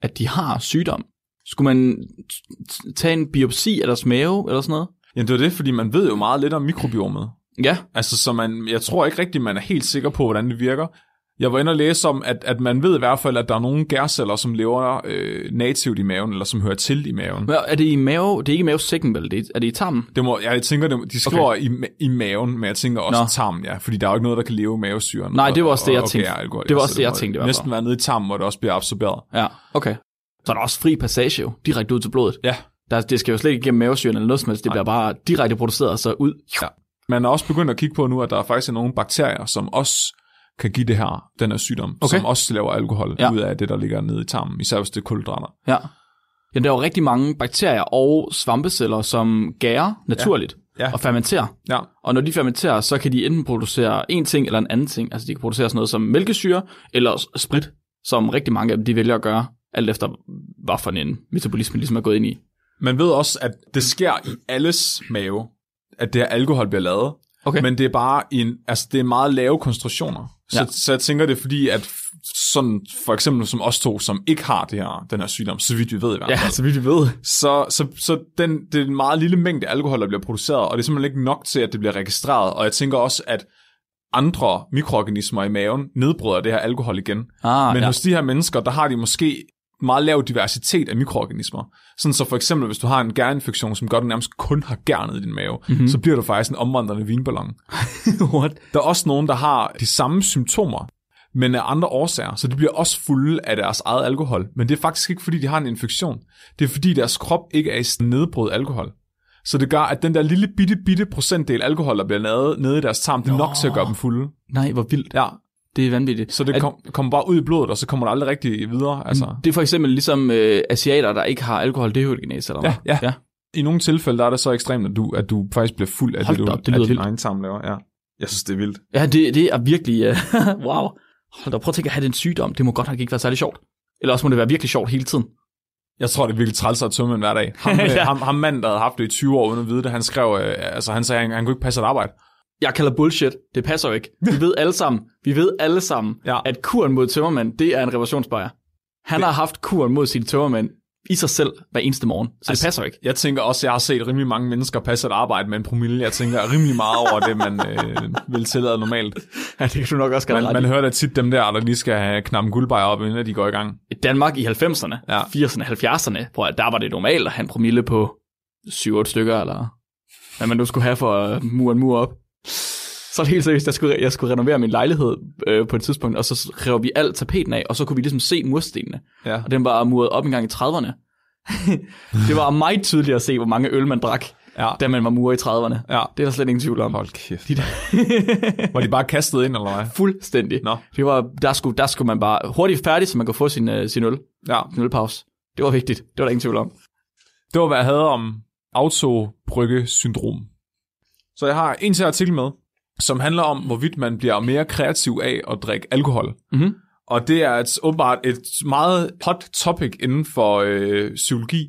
at de har sygdom? Skulle man t- t- tage en biopsi af deres mave eller sådan noget? Jamen det var det, fordi man ved jo meget lidt om mikrobiomet. Ja, Altså, så man, jeg tror ikke rigtigt, man er helt sikker på, hvordan det virker. Jeg var inde og læse om, at, at man ved i hvert fald, at der er nogle gærceller, som lever øh, nativt i maven, eller som hører til i maven. men er det i mave? Det er ikke i mavesækken, vel? Det er, er det i tarmen? Det må, jeg tænker, det, de skriver okay. i, ma- i maven, men jeg tænker også Nå. Nå. tarmen, ja. Fordi der er jo ikke noget, der kan leve i mavesyren. Nej, det var også det, jeg tænkte. ja, alkohol, Det var så også det, jeg må tænkte i hvert fald. Næsten være nede i tarmen, hvor det også bliver absorberet. Ja, okay. Så er der også fri passage jo, direkte ud til blodet. Ja. Der, det skal jo slet ikke igennem mavesyren eller noget som helst. Det bliver bare direkte produceret og så ud. Ja. Man er også begyndt at kigge på nu, at der er faktisk er nogle bakterier, som også kan give det her, den her sygdom, Okay. som også laver alkohol Ja. ja. ud af det, der ligger nede i tarmen, især hvis det er kulhydrater. ja. Ja, der er jo rigtig mange bakterier og svampeceller, som gærer naturligt Ja. og fermenterer. Ja, Og når de fermenterer, så kan de enten producere en ting eller en anden ting. Altså de kan producere sådan noget som mælkesyre eller s- sprit, som rigtig mange af dem de vælger at gøre, alt efter hvad for en metabolisme ligesom er gået ind i. Man ved også, at det sker i alles mave, at det her alkohol bliver lavet. Okay. Men det er bare en, altså det er meget lave koncentrationer. Så, Ja. ja. så jeg tænker, det er fordi, at f- sådan for eksempel som os to, som ikke har det her, den her sygdom, så vidt vi ved i hvert fald, så vidt vi ved. så, så, så den, det er en meget lille mængde alkohol, der bliver produceret, og det er simpelthen ikke nok til, at det bliver registreret. Og jeg tænker også, at andre mikroorganismer i maven nedbryder det her alkohol igen. Ah, Men ja. ja. hos de her mennesker, der har de måske meget lav diversitet af mikroorganismer. Sådan så for eksempel, hvis du har en gærinfektion, som gør, at du nærmest kun har gærnet i din mave, mm-hmm. så bliver du faktisk en omvandrende vinballon. Mhm. What? Der er også nogen, der har de samme symptomer, men af andre årsager, så de bliver også fulde af deres eget alkohol. Men det er faktisk ikke, fordi de har en infektion. Det er, fordi deres krop ikke er i stand til at nedbryde alkohol. Så det gør, at den der lille bitte, bitte procentdel alkohol, der bliver lavet nede i deres tarm, det er nok til at gøre dem fulde. Nej, hvor vildt. Ja, Det er vanvittigt. så det At- kom, kommer bare ud i blodet, og så kommer det aldrig rigtig videre. Altså. Det er for eksempel ligesom øh, asiater, der ikke har alkohol dehydrogenase, eller hvad? ja. ja. I nogle tilfælde, der er det så ekstremt, at du, at du faktisk bliver fuld af Hold det, da du, op, det lyder af din vildt. egen tarm laver. Ja. Jeg synes, det er vildt. Ja, det, det er virkelig... Øh, wow. Hold da, prøv at tænke at have den sygdom. Det må godt nok ikke være særlig sjovt. Eller også må det være virkelig sjovt hele tiden. Jeg tror, det er virkelig træls at tømme en hver dag. Ham, Ja. ja. ham, ham manden, der havde haft det i 20 år uden at vide det, han skrev, øh, altså han sagde, han, han kunne ikke passe et arbejde. Jeg kalder bullshit. Det passer jo ikke. Vi ved alle sammen, vi ved alle sammen ja. Ja. at kuren mod tømmermænd, det er en reparationsbejer. Han har haft kuren mod sine tømmermænd i sig selv hver eneste morgen. Så altså, det passer jo ikke. Jeg tænker også, jeg har set rimelig mange mennesker passe et arbejde med en promille. Jeg tænker rimelig meget over det, man øh, vil tillade normalt. Ja, det kan du nok også Man, gøre man ret hører da tit dem der, der lige skal have knappen guldbejer op, inden at de går i gang. i. Danmark i 90'erne, ja. Ja. 80'erne, 70'erne, prøv at der var det normalt at have en promille på 7-8 stykker, eller hvad man nu skulle have for at mure en mur op. Så er det helt seriøst, jeg skulle, jeg skulle renovere min lejlighed øh, på et tidspunkt, og så rev vi alt tapeten af, og så kunne vi ligesom se murstenene. Ja. Og den var muret op en gang i 30'erne. det var meget tydeligt at se, hvor mange øl man drak, Ja. da man var murer i 30'erne. Ja. Det er der slet ingen tvivl om. Hold kæft. Var de bare kastet ind, eller hvad? Fuldstændig. Nå. Det var, der, skulle, der skulle man bare hurtigt færdig, så man kunne få sin, øh, sin øl. Ja. Sin ølpause. Det var vigtigt. Det var der ingen tvivl om. Det var, hvad jeg havde om autobrygge-syndrom. Så jeg har en til artikel med, som handler om, hvorvidt man bliver mere kreativ af at drikke alkohol. Mhm. Og det er et, åbenbart et meget hot topic inden for øh, psykologi,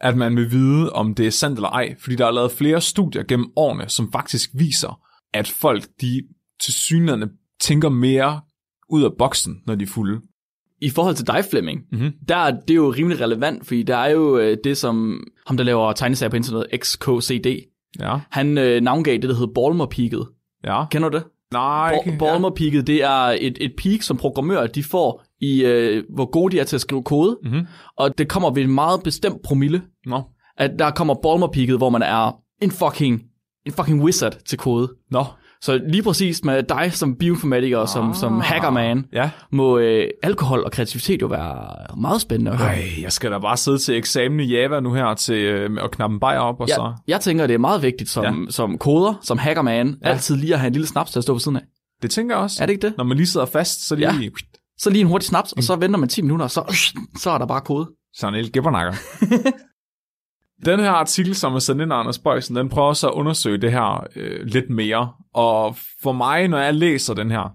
at man vil vide, om det er sandt eller ej. Fordi der er lavet flere studier gennem årene, som faktisk viser, at folk de til synerne tænker mere ud af boksen, når de er fulde. I forhold til dig, Flemming, Mhm. der er det jo rimelig relevant, fordi der er jo øh, det, som ham, der laver tegneserier på internettet, XKCD, Ja, han øh, navngav det, der hedder Balmer-peaket. ja. Kender du det? Nej, Bal- Balmer-peaket, det er et, et peak, som programmører de får i, øh, hvor gode de er til at skrive kode. Mhm. Og det kommer ved en meget bestemt promille. Nå. At der kommer Balmer-peaket, hvor man er en fucking, en fucking wizard til kode. Nå. Så lige præcis med dig som bioinformatiker og som, som hackerman, Ja. må øh, alkohol og kreativitet jo være meget spændende at høre. Ej, jeg skal da bare sidde til eksamen i Java nu her til øh, at knappe en bajer op, og ja. så... Jeg, jeg tænker, det er meget vigtigt som, ja. som koder, som hackerman, ja. altid lige at have en lille snaps til at stå ved siden af. Det tænker jeg også. Er det ikke det? Når man lige sidder fast, så lige... Ja. Så lige en hurtig snaps, og så venter man 10 minutter, og så, så er der bare kode. Sådan en lille gibbernakker. den her artikel, som er sendt ind af Anders Bøjsen, den prøver så at undersøge det her øh, lidt mere. Og for mig, når jeg læser den her,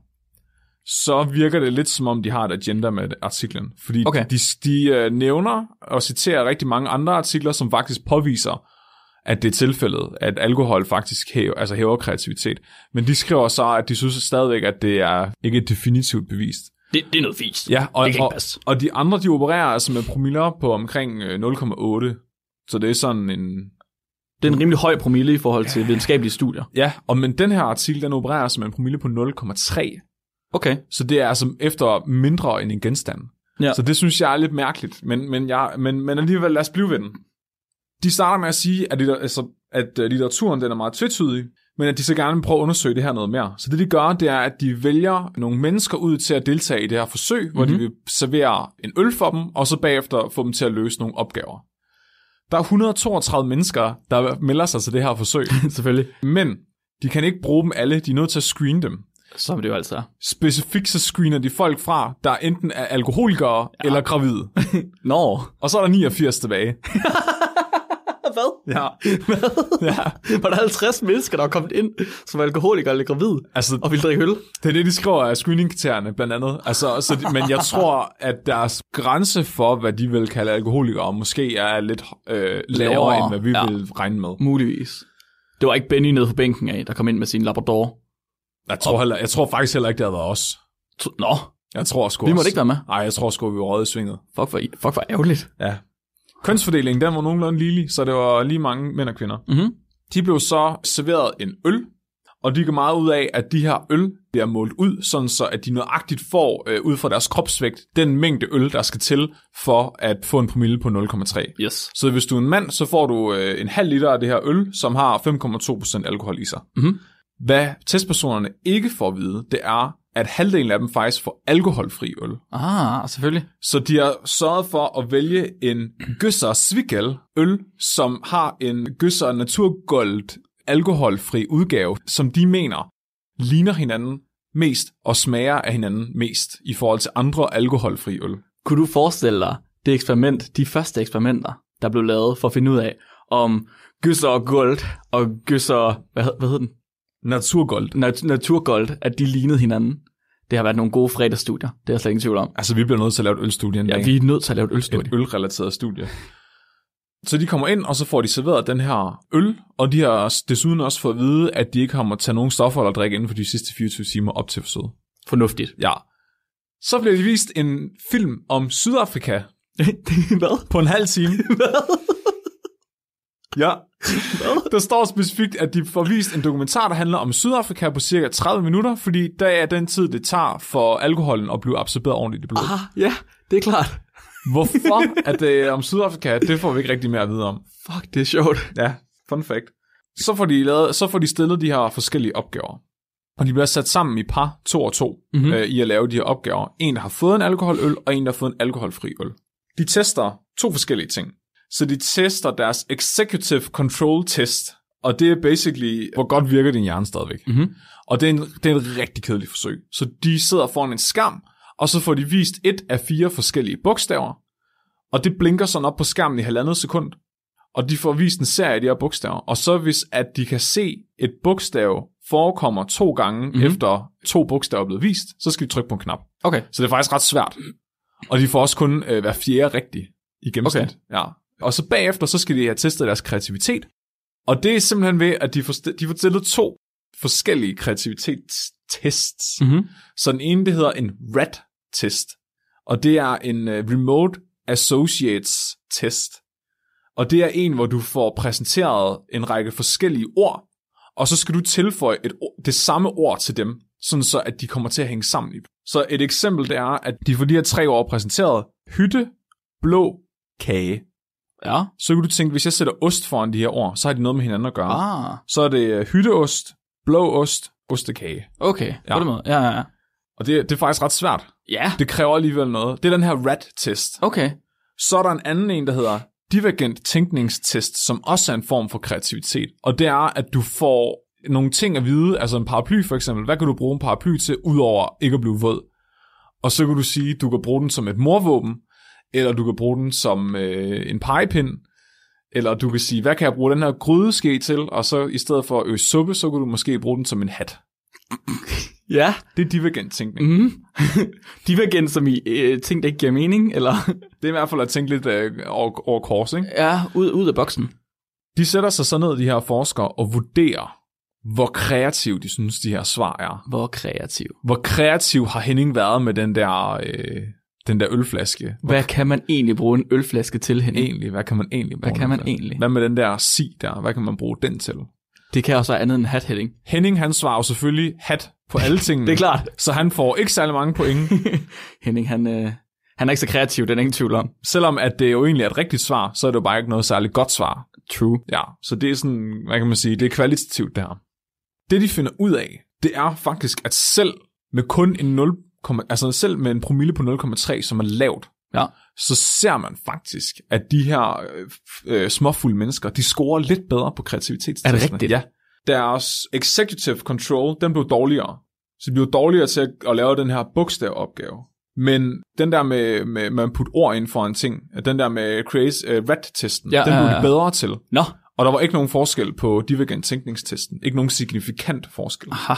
så virker det lidt som om, de har et agenda med artiklen. Fordi Okay. de, de øh, nævner og citerer rigtig mange andre artikler, som faktisk påviser, at det er tilfældet, at alkohol faktisk hæver, altså hæver kreativitet. Men de skriver så, at de synes stadigvæk, at det er ikke definitivt bevist. Det, det er noget fisk. Ja, og, Det kan ikke og, passe. og de andre, de opererer altså med promiller på omkring øh, 0,8. Så det er sådan en... Det Det er en rimelig høj promille i forhold til videnskabelige studier. Ja, og men den her artikel, den opererer som en promille på 0,3. Okay. Så det er altså efter mindre end en genstand. Ja. Så det synes jeg er lidt mærkeligt, men, men, jeg, men, men alligevel lad os blive ved den. De starter med at sige, at, litter, altså, at øh, litteraturen den er meget tvetydig, men at de så gerne vil prøve at undersøge det her noget mere. Så det de gør, det er, at de vælger nogle mennesker ud til at deltage i det her forsøg, mm-hmm. hvor de vil servere en øl for dem, og så bagefter få dem til at løse nogle opgaver. Der er 132 mennesker, der melder sig til det her forsøg, Selvfølgelig. men de kan ikke bruge dem alle, de er nødt til at screene dem. Som det jo altså er. Specifikt så screener de folk fra, der enten er alkoholikere ja. eller gravide. Nå. Og så er der 89 tilbage. Hvad? Ja. Ja. Var der 50 mennesker, der var kommet ind som alkoholikere eller gravid Altså, og ville drikke øl? det er det, de skriver af screeningkriterierne, blandt andet. Altså, så de, men jeg tror, at deres grænse for, hvad de vil kalde alkoholikere, måske er lidt øh, lavere, Lavere, end hvad vi ja. ja. vil regne med. Muligvis. Det var ikke Benny nede på bænken af, der kom ind med sin Labrador. Jeg tror, heller, jeg tror faktisk heller ikke, det har været os. Tro- Nå, Jeg tror sgu vi også- måtte ikke være med. Nej, jeg tror sgu, vi var røget i svinget. Fuck for, fuck for ærgerligt. Ja. Kønsfordelingen, den var nogenlunde ligelig, så det var lige mange mænd og kvinder. Mhm. De blev så serveret en øl, og de går meget ud af, at de her øl bliver målt ud, sådan så at de nøjagtigt får, øh, ud fra deres kropsvægt, den mængde øl, der skal til for at få en promille på 0,3. Yes. Så hvis du er en mand, så får du øh, en halv liter af det her øl, som har 5,2% alkohol i sig. Mhm. Hvad testpersonerne ikke får at vide, det er, at halvdelen af dem faktisk får alkoholfri øl. Ah, selvfølgelig. Så de har sørget for at vælge en Gøsser Svigel øl, som har en Gøsser Naturgold alkoholfri udgave, som de mener ligner hinanden mest og smager af hinanden mest i forhold til andre alkoholfri øl. Kunne du forestille dig det eksperiment, de første eksperimenter, der blev lavet for at finde ud af, om gysser og gold og gysser, hvad, hed- hvad hed den? Naturgold. Nat- naturgold, at de lignede hinanden. Det har været nogle gode fredagsstudier, det er jeg slet ingen tvivl om. Altså, vi bliver nødt til at lave et ølstudie en Ja, dag. vi er nødt til at lave et Et ølstudie. ølrelateret studie. Så de kommer ind, og så får de serveret den her øl, og de har også- desuden også fået at vide, at de ikke har måttet tage nogen stoffer eller drikke inden for de sidste 24 timer op til forsøget. Fornuftigt. Ja. Så blev de vist en film om Sydafrika hvad? på en halv time. ja. Der står specifikt, at de får vist en dokumentar, der handler om Sydafrika på cirka 30 minutter, fordi der er den tid, det tager for alkoholen at blive absorberet ordentligt i blodet. Ah, ja, det er klart. Hvorfor at det er om Sydafrika, det får vi ikke rigtig mere at vide om. Fuck, det er sjovt. Ja, fun fact. Så får de, lavet, så får de stillet de her forskellige opgaver. Og de bliver sat sammen i par, to og to, mm-hmm. øh, i at lave de her opgaver. En, der har fået en alkoholøl, og en, der har fået en alkoholfri øl. De tester to forskellige ting. Så de tester deres executive control test, og det er basically, hvor godt virker din hjerne stadigvæk. Mm-hmm. Og det er, en, det er et rigtig kedeligt forsøg. Så de sidder foran en skærm, og så får de vist et af fire forskellige bogstaver, og det blinker sådan op på skærmen i halvandet sekund, og de får vist en serie af de her bogstaver. Og så hvis at de kan se et bogstav forekommer to gange mm-hmm. efter to bogstaver er blevet vist, så skal de trykke på en knap. Okay. Så det er faktisk ret svært. Og de får også kun øh, hver fjerde rigtig i gennemsnit. Okay. Okay. Ja. Og så bagefter, så skal de have testet deres kreativitet. Og det er simpelthen ved, at de får, st- de får stillet to forskellige kreativitetstests. Mhm. Så den ene, det hedder en RAT-test. Og det er en øh, Remote Associates-test. Og det er en, hvor du får præsenteret en række forskellige ord, og så skal du tilføje et, ord- det samme ord til dem, sådan så at de kommer til at hænge sammen i. Så et eksempel det er, at de får de her tre ord præsenteret. Hytte, blå, kage. Ja. Så kan du tænke, hvis jeg sætter ost foran de her ord, så har de noget med hinanden at gøre. Ah, Så er det øh, hytteost, blå ost, ostekage. okay. Ja. På den måde. Ja, ja, ja. Og det, det er faktisk ret svært. Ja, Det kræver alligevel noget. Det er den her RAT-test. okay. Så er der en anden en, der hedder divergent tænkningstest, som også er en form for kreativitet. Og det er, at du får nogle ting at vide, altså en paraply for eksempel. Hvad kan du bruge en paraply til, udover ikke at blive våd? Og så kan du sige, du kan bruge den som et morvåben, eller du kan bruge den som øh, en pegepind, eller du kan sige, hvad kan jeg bruge den her grydeske til? Og så i stedet for at øse suppe, så kan du måske bruge den som en hat. Ja. Det er divergent tænkning. Mm. de var igen som i øh, ting, der ikke giver mening, eller Det er i hvert fald at tænke lidt øh, over, over kors, ikke? ja, ud, ud af boksen. De sætter sig så ned, de her forskere, og vurderer, hvor kreativ de synes, de her svar er. Hvor kreativ. Hvor kreativ har Henning været med den der øh, den der ølflaske. Hvad kan man egentlig bruge en ølflaske til, Henning? Egentlig, hvad kan man egentlig bruge Hvad kan den man til? egentlig? Hvad med den der si der? Hvad kan man bruge den til? Det kan også være andet end hat, Henning. Henning, han svarer jo selvfølgelig hat på alle tingene. Det er klart. Så han får ikke særlig mange point, Henning, han, øh, han er ikke så kreativ, den er ingen tvivl om. selvom at det jo egentlig er et rigtigt svar, så er det jo bare ikke noget særligt godt svar. True. Ja, så det er sådan, hvad kan man sige, det er kvalitativt det her. Det de finder ud af, det er faktisk, at selv med kun en 0, altså selv med en promille på 0,3, som er lavt, Ja. så ser man faktisk, at de her øh, f- øh, småfulde mennesker, de scorer lidt bedre på kreativitetstestene. Er det rigtigt? Ja. Deres executive control, den blev dårligere. Så de blev dårligere til at, at lave den her bogstavopgave. Men den der med, med man putte ord ind for en ting, den der med create, uh, rat-testen, Ja, den ja, blev ja. de bedre til. Nå, Og der var ikke nogen forskel på divergent tænkningstesten. Ikke nogen signifikant forskel. aha.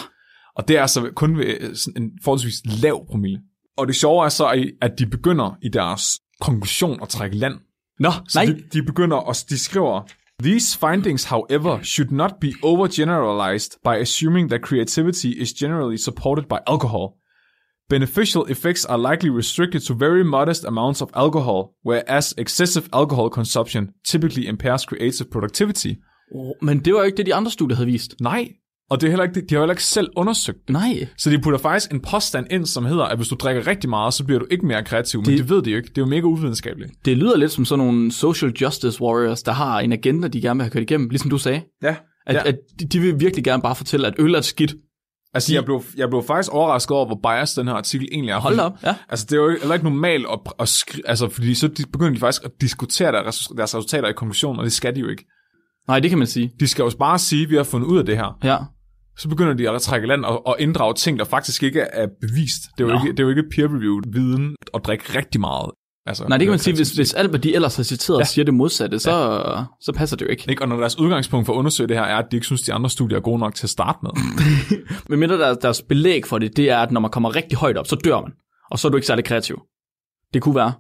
Og det er altså kun ved øh, sådan en forholdsvis lav promille. Og det sjove er så, at de begynder i deres konklusion at trække land. Nå, Så nej. De, de begynder at de skriver, These findings, however, should not be overgeneralized by assuming that creativity is generally supported by alcohol. Beneficial effects are likely restricted to very modest amounts of alcohol, whereas excessive alcohol consumption typically impairs creative productivity. Men det var jo ikke det, de andre studier havde vist. Nej, og det er heller ikke, de har heller ikke selv undersøgt det. Nej. Så de putter faktisk en påstand ind, som hedder, at hvis du drikker rigtig meget, så bliver du ikke mere kreativ. Men det, det ved de jo ikke. Det er jo mega uvidenskabeligt. Det lyder lidt som sådan nogle social justice warriors, der har en agenda, de gerne vil have kørt igennem, ligesom du sagde. Ja. At, ja. ja. at de- de vil virkelig gerne bare fortælle, at øl er et skidt. Altså, jeg blev, jeg blev faktisk overrasket over, hvor biased den her artikel egentlig er. Hold da Fordi- op, ja. Altså, det er jo ikke- heller ikke normalt at, at skri- altså, fordi så de, begynder de faktisk at diskutere deres, deres resultater i konklusionen, og det skal de jo ikke. Nej, det kan man sige. De skal jo bare sige, at vi har fundet ud af det her. Ja. Så begynder de at trække land og, og inddrage ting, der faktisk ikke er bevist. Det er jo, Nå. ikke, det er jo ikke peer-reviewed viden at drikke rigtig meget. Altså, Nej, det kan man sige, hvis, hvis alt, hvad de ellers har citeret, ja. siger det modsatte, så, ja. så passer det jo ikke. Ikke? Og når deres udgangspunkt for at undersøge det her er, at de ikke synes, de andre studier er gode nok til at starte med. Men mindre der, deres belæg for det, det er, at når man kommer rigtig højt op, så dør man. Og så er du ikke særlig kreativ. Det kunne være.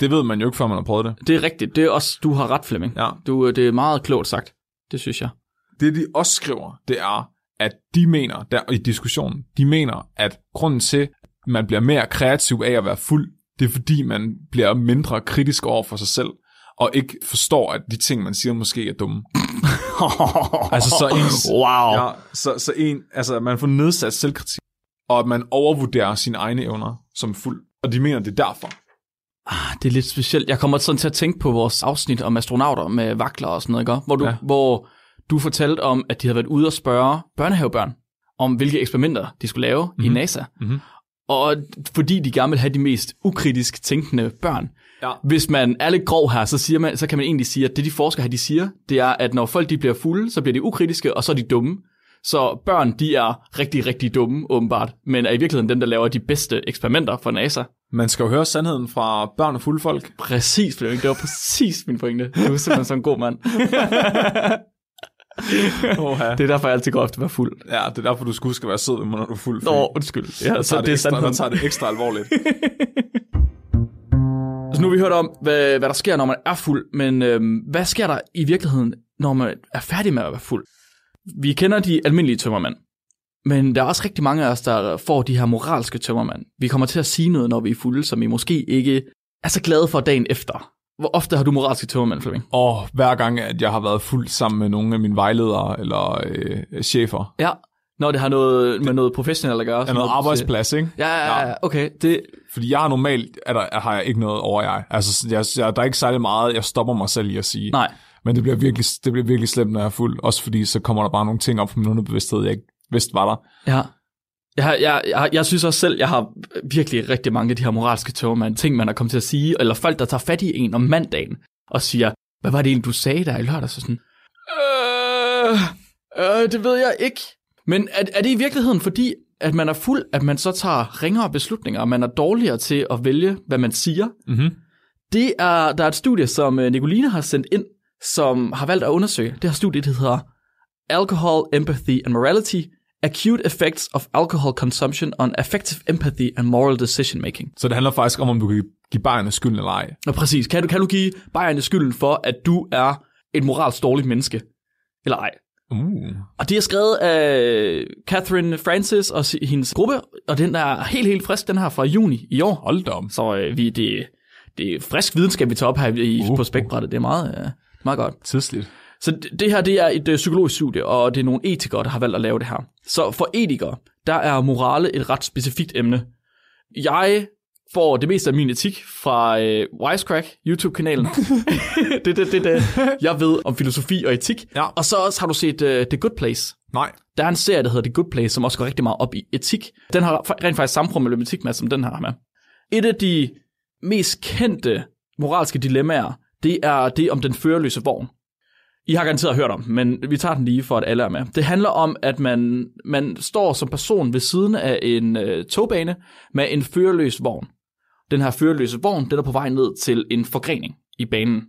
Det ved man jo ikke, før man har prøvet det. Det er rigtigt. Det er også, du har ret, Flemming. Ja. Du, øh, det er meget klogt sagt. Det synes jeg. Det, de også skriver, det er, at de mener, der i diskussionen, de mener, at grunden til, at man bliver mere kreativ af at være fuld, det er fordi, man bliver mindre kritisk over for sig selv, og ikke forstår, at de ting, man siger, måske er dumme. Altså, så ens- Wow. Ja. Ja, så, så en, altså, at man får nedsat selvkritik, og at man overvurderer sine egne evner som fuld. Og de mener, det er derfor. Ah, Det er lidt specielt. Jeg kommer sådan til at tænke på vores afsnit om astronauter med vakler og sådan noget, ikke? også? Hvor, du, ja. Ja. hvor du fortalte om, at de havde været ude og spørge børnehavebørn om, hvilke eksperimenter de skulle lave mm-hmm. i NASA. Mhm. Og fordi de gerne vil have de mest ukritisk tænkende børn. Ja. Hvis man er lidt grov her, så, siger man, så kan man egentlig sige, at det de forskere her, de siger, det er, at når folk de bliver fulde, så bliver de ukritiske, og så er de dumme. Så børn, de er rigtig, rigtig dumme, åbenbart, men er i virkeligheden dem, der laver de bedste eksperimenter for NASA. Man skal jo høre sandheden fra børn og fulde folk. Præcis, Flemming. Det var præcis min pointe. Du er simpelthen sådan en god mand. Oha. Det er derfor, jeg altid går efter at være fuld. Ja, det er derfor, du skal huske at være sød, når du er fuld. fordi Nå, undskyld. Ja, så så det er ekstra, sandheden. der tager det ekstra alvorligt. Så Altså, nu har vi hørt om, hvad, hvad der sker, når man er fuld, men øhm, hvad sker der i virkeligheden, når man er færdig med at være fuld? Vi kender de almindelige tømmermænd, men der er også rigtig mange af os, der får de her moralske tømmermænd. Vi kommer til at sige noget, når vi er fulde, som vi måske ikke er så glade for dagen efter. Hvor ofte har du moralske tømmermænd, Flemming? Og hver gang, at jeg har været fuld sammen med nogle af mine vejledere eller øh, chefer. Ja, når det har noget med noget professionelt at gøre. Er som noget Altså, du siger. arbejdsplads, ikke? Ja, ja, ja, okay. Det, Fordi jeg har normalt, er der, har jeg ikke noget over jeg. Altså, sådan, jeg, jeg, der er ikke særlig meget, jeg stopper mig selv i at sige. nej, Men det bliver, virkelig, det bliver virkelig slemt, når jeg er fuld. Også fordi, så kommer der bare nogle ting op fra min underbevidsthed, jeg ikke vidste var der. ja. Jeg, har- jeg, jeg, jeg synes også selv, jeg har virkelig rigtig mange af de her moralske tog, man, ting, man er kommet til at sige, eller folk, der tager fat i en om mandagen, og siger, hvad var det egentlig, du sagde der i lørdag? Så sådan, øh, øh, det ved jeg ikke. Men er, er det i virkeligheden fordi, at man er fuld, at man så tager ringere beslutninger, og man er dårligere til at vælge, hvad man siger, Mm-hmm. Det er, der er et studie, som øh, Nicoline har sendt ind, som har valgt at undersøge. Det her studie, det hedder Alcohol, Empathy and Morality. Acute Effects of Alcohol Consumption on Affective Empathy and Moral Decision Making. Så det handler faktisk om, om du kan give barnet skylden eller ej. Nå præcis, kan du, kan du give Bayerne skylden for, at du er et moralsk dårligt menneske? Eller ej? Uh. Og de er skrevet af øh, Catherine Francis og si- hendes gruppe, og den er helt, helt frisk, den her fra juni i år. Hold da om. Så øh, vi, det, det er frisk videnskab, vi tager op her i, Uh. på spækbrættet. Det er meget, øh, meget godt. Tidsligt. Så det, det her, det er et øh, psykologisk studie, og det er nogle etikere, der har valgt at lave det her. Så for etikere, der er morale et ret specifikt emne. Jeg får det meste af min etik fra øh, Wisecrack YouTube-kanalen. det er det, det, det, jeg ved om filosofi og etik. Ja. Og så også har du set øh, The Good Place. Nej. Der er en serie, der hedder The Good Place, som også går rigtig meget op i etik. Den har fa- rent faktisk samme problematik med, som den her har med. Et af de mest kendte moralske dilemmaer, det er det om den førerløse vogn. I har garanteret hørt om, den, men vi tager den lige for, at alle er med. Det handler om, at man, man står som person ved siden af en øh, togbane med en førerløs vogn. Den her førerløse vogn, den er på vej ned til en forgrening i banen.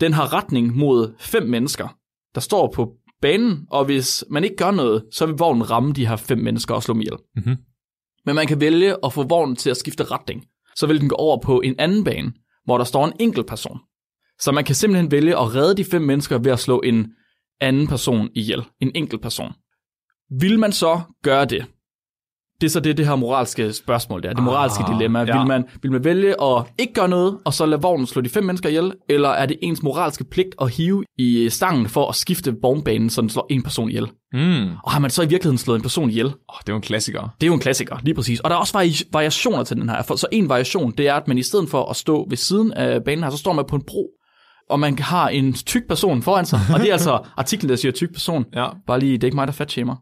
Den har retning mod fem mennesker, der står på banen, og hvis man ikke gør noget, så vil vognen ramme de her fem mennesker og slå dem ihjel. Mhm. Men man kan vælge at få vognen til at skifte retning. Så vil den gå over på en anden bane, hvor der står en enkelt person. Så man kan simpelthen vælge at redde de fem mennesker ved at slå en anden person ihjel. En enkelt person. Vil man så gøre det? Det er så det, det her moralske spørgsmål der. Det moralske Ah, dilemma. ja. Vil, man, vil man vælge at ikke gøre noget, og så lade vognen slå de fem mennesker ihjel? Eller er det ens moralske pligt at hive i stangen for at skifte vognbanen, så den slår en person ihjel? Mm. Og har man så i virkeligheden slået en person ihjel? Oh, det er jo en klassiker. Det er jo en klassiker, lige præcis. Og der er også vari- variationer til den her. For- Så en variation, det er, at man i stedet for at stå ved siden af banen her, så står man på en bro, og man har en tyk person foran sig. Og det er altså artiklen, der siger tyk person. Ja. Bare lige, det er ikke mig, der fatshamer.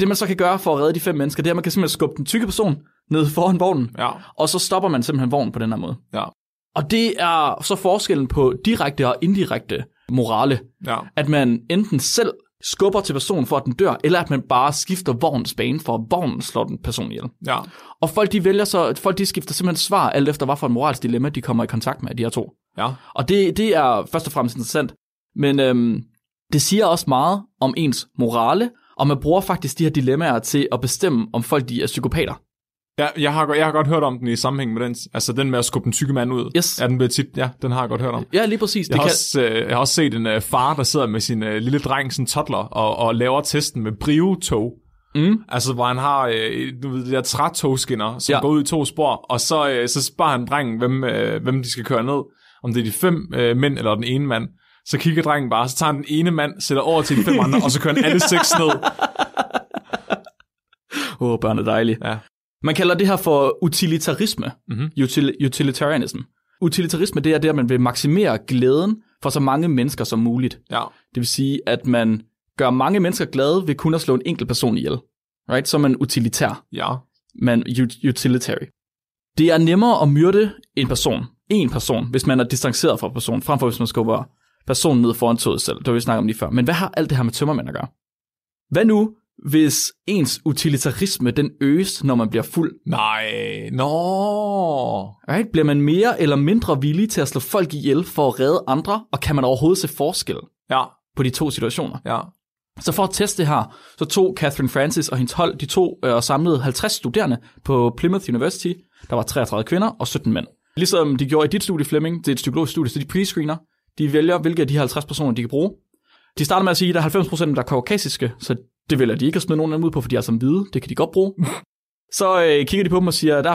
Det man så kan gøre for at redde de fem mennesker, det er, at man kan simpelthen skubbe den tykke person ned foran vognen, Ja. og så stopper man simpelthen vognen på den her måde. Ja. Og det er så forskellen på direkte og indirekte morale Ja. at man enten selv skubber til personen for, at den dør, eller at man bare skifter vognens bane, for at vognen slår den person ihjel. Ja. Og folk de vælger så, at folk de skifter simpelthen svar, alt efter hvad for en moralsk dilemma, de kommer i kontakt med, de her to. Ja. Og det, det er først og fremmest interessant, men øhm, det siger også meget om ens morale, og man bruger faktisk de her dilemmaer til at bestemme, om folk de er psykopater. Ja, jeg, har, godt- jeg har godt hørt om den i sammenhæng med den, altså den med at skubbe den tykke mand ud. Yes. Ja, den bliver tit, ja, den har jeg godt hørt om. Ja, lige præcis. Jeg har, kan... også, øh, jeg har også set en øh, far, der sidder med sin øh, lille dreng, sådan en toddler, og, og laver testen med brio-tog. Mm. Altså, hvor han har øh, du ved, de der trætogskinner, som ja. Ja. går ud i to spor, og så, øh, så sparer han drengen, hvem, øh, hvem de skal køre ned. Om det er de fem øh, mænd eller den ene mand. Så kigger drengen bare, så tager han den ene mand, sætter over til de fem andre, og så kører han alle seks ned. Åh, oh, børn er dejlige. Ja. Man kalder det her for utilitarisme. Mhm. Util- utilitarianism. Utilitarisme, det er det, at man vil maksimere glæden for så mange mennesker som muligt. Ja. Det vil sige, at man gør mange mennesker glade ved kun at slå en enkelt person ihjel. Right? Så er man utilitær. Ja. Man ut- utilitary. Det er nemmere at myrde en person. En person, hvis man er distanceret fra personen, frem for hvis man skubber personen ned foran toget selv. Det var vi snakket om lige før. Men hvad har alt det her med tømmermænd at gøre? Hvad nu, hvis ens utilitarisme den øges, når man bliver fuld? Nej. Nå. Right? Bliver man mere eller mindre villig til at slå folk ihjel for at redde andre, og kan man overhovedet se forskel Ja. på de to situationer? Ja. Så for at teste det her, så tog Catherine Francis og hendes hold, de to øh, og samlede 50 studerende på Plymouth University. Der var 33 kvinder og 17 mænd. Ligesom de gjorde i dit studie, Flemming, det er et psykologisk studie, så de pre-screener. De vælger, hvilke af de 50 personer, de kan bruge. De starter med at sige, at der er 90% af dem, der er kaukasiske, så det vælger de ikke at smide nogen af dem ud på, for de er som hvide. Det kan de godt bruge. Så øh, kigger de på dem og siger, at der er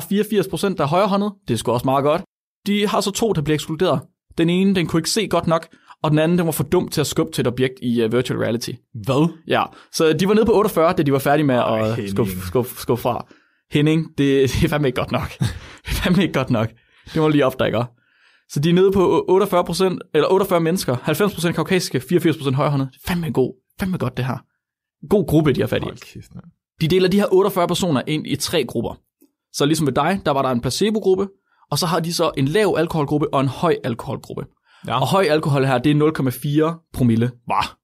84% der er højrehåndet. Det er sgu også meget godt. De har så to, der bliver ekskluderet. Den ene, den kunne ikke se godt nok, og den anden, den var for dum til at skubbe til et objekt i uh, virtual reality. Hvad? Ja, så de var nede på 48, da de var færdige med Ej, at Henning. skubbe, skubbe, skubbe fra. Henning, det, det er fandme ikke godt nok. Det er fandme ikke godt nok. Det må du lige opdage, ikke? Så de er nede på 48 eller 48 mennesker, 90 kaukasiske, 84 højrehåndede. Det er fandme god, fandme godt det her. God gruppe, de har fat i. Hold kæft, mand. De deler de her 48 personer ind i tre grupper. Så ligesom ved dig, der var der en placebo-gruppe, og så har de så en lav alkoholgruppe og en høj alkoholgruppe. Ja. Og høj alkohol her, det er 0,4 promille. Var.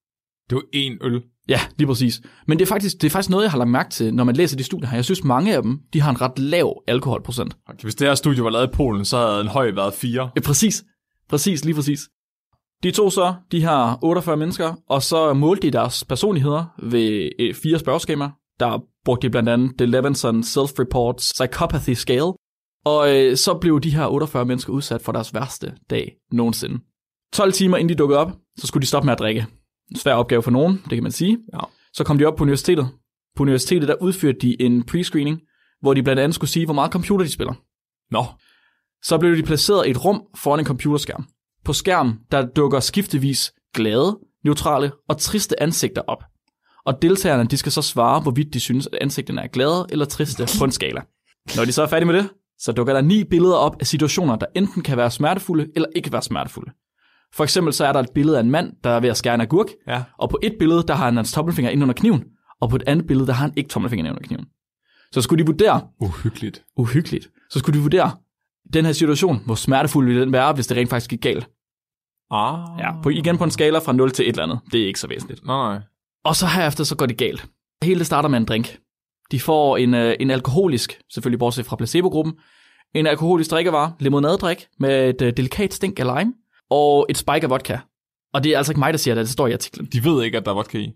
Det var én øl. Ja, lige præcis. Men det er, faktisk, det er faktisk noget, jeg har lagt mærke til, når man læser de studier her. Jeg synes, mange af dem, de har en ret lav alkoholprocent. Okay, hvis det her studie var lavet i Polen, så havde en høj været fire. Ja, præcis. Præcis, lige præcis. De to så, de her 48 mennesker, og så målte de deres personligheder ved øh, fire spørgeskemaer. Der brugte de blandt andet The Levinson Self-Report Psychopathy Scale. Og øh, så blev de her 48 mennesker udsat for deres værste dag nogensinde. 12 timer inden de dukkede op, så skulle de stoppe med at drikke. en svær opgave for nogen, det kan man sige. Ja. Så kom de op på universitetet. På universitetet der udførte de en prescreening, hvor de blandt andet skulle sige, hvor meget computer de spiller. Nå, Så blev de placeret i et rum foran en computerskærm. På skærmen der dukker skiftevis glade, neutrale og triste ansigter op. Og deltagerne de skal så svare, hvorvidt de synes, at ansigterne er glade eller triste på en skala. Når de så er færdige med det, så dukker der ni billeder op af situationer, der enten kan være smertefulde eller ikke være smertefulde. For eksempel så er der et billede af en mand, der er ved at skære en agurk, ja. og på et billede, der har han hans tommelfinger ind under kniven, og på et andet billede, der har han ikke tommelfingeren ind under kniven. Så skulle de vurdere, Uhyggeligt. uhyggeligt, så skulle de vurdere, den her situation, hvor smertefuld ville den være, hvis det rent faktisk gik galt. Ah. Ja, på, igen på en skala fra 0 til et eller andet. Det er ikke så væsentligt. Nej, nej. Og så herefter, så går det galt. Hele det starter med en drink. De får en, øh, en alkoholisk, selvfølgelig bortset fra placebo-gruppen, en alkoholisk drikkevare, limonadedrik med et øh, delikat stink af lime, og et spike af vodka. Og det er altså ikke mig, der siger det, det står i artiklen. De ved ikke, at der er vodka i.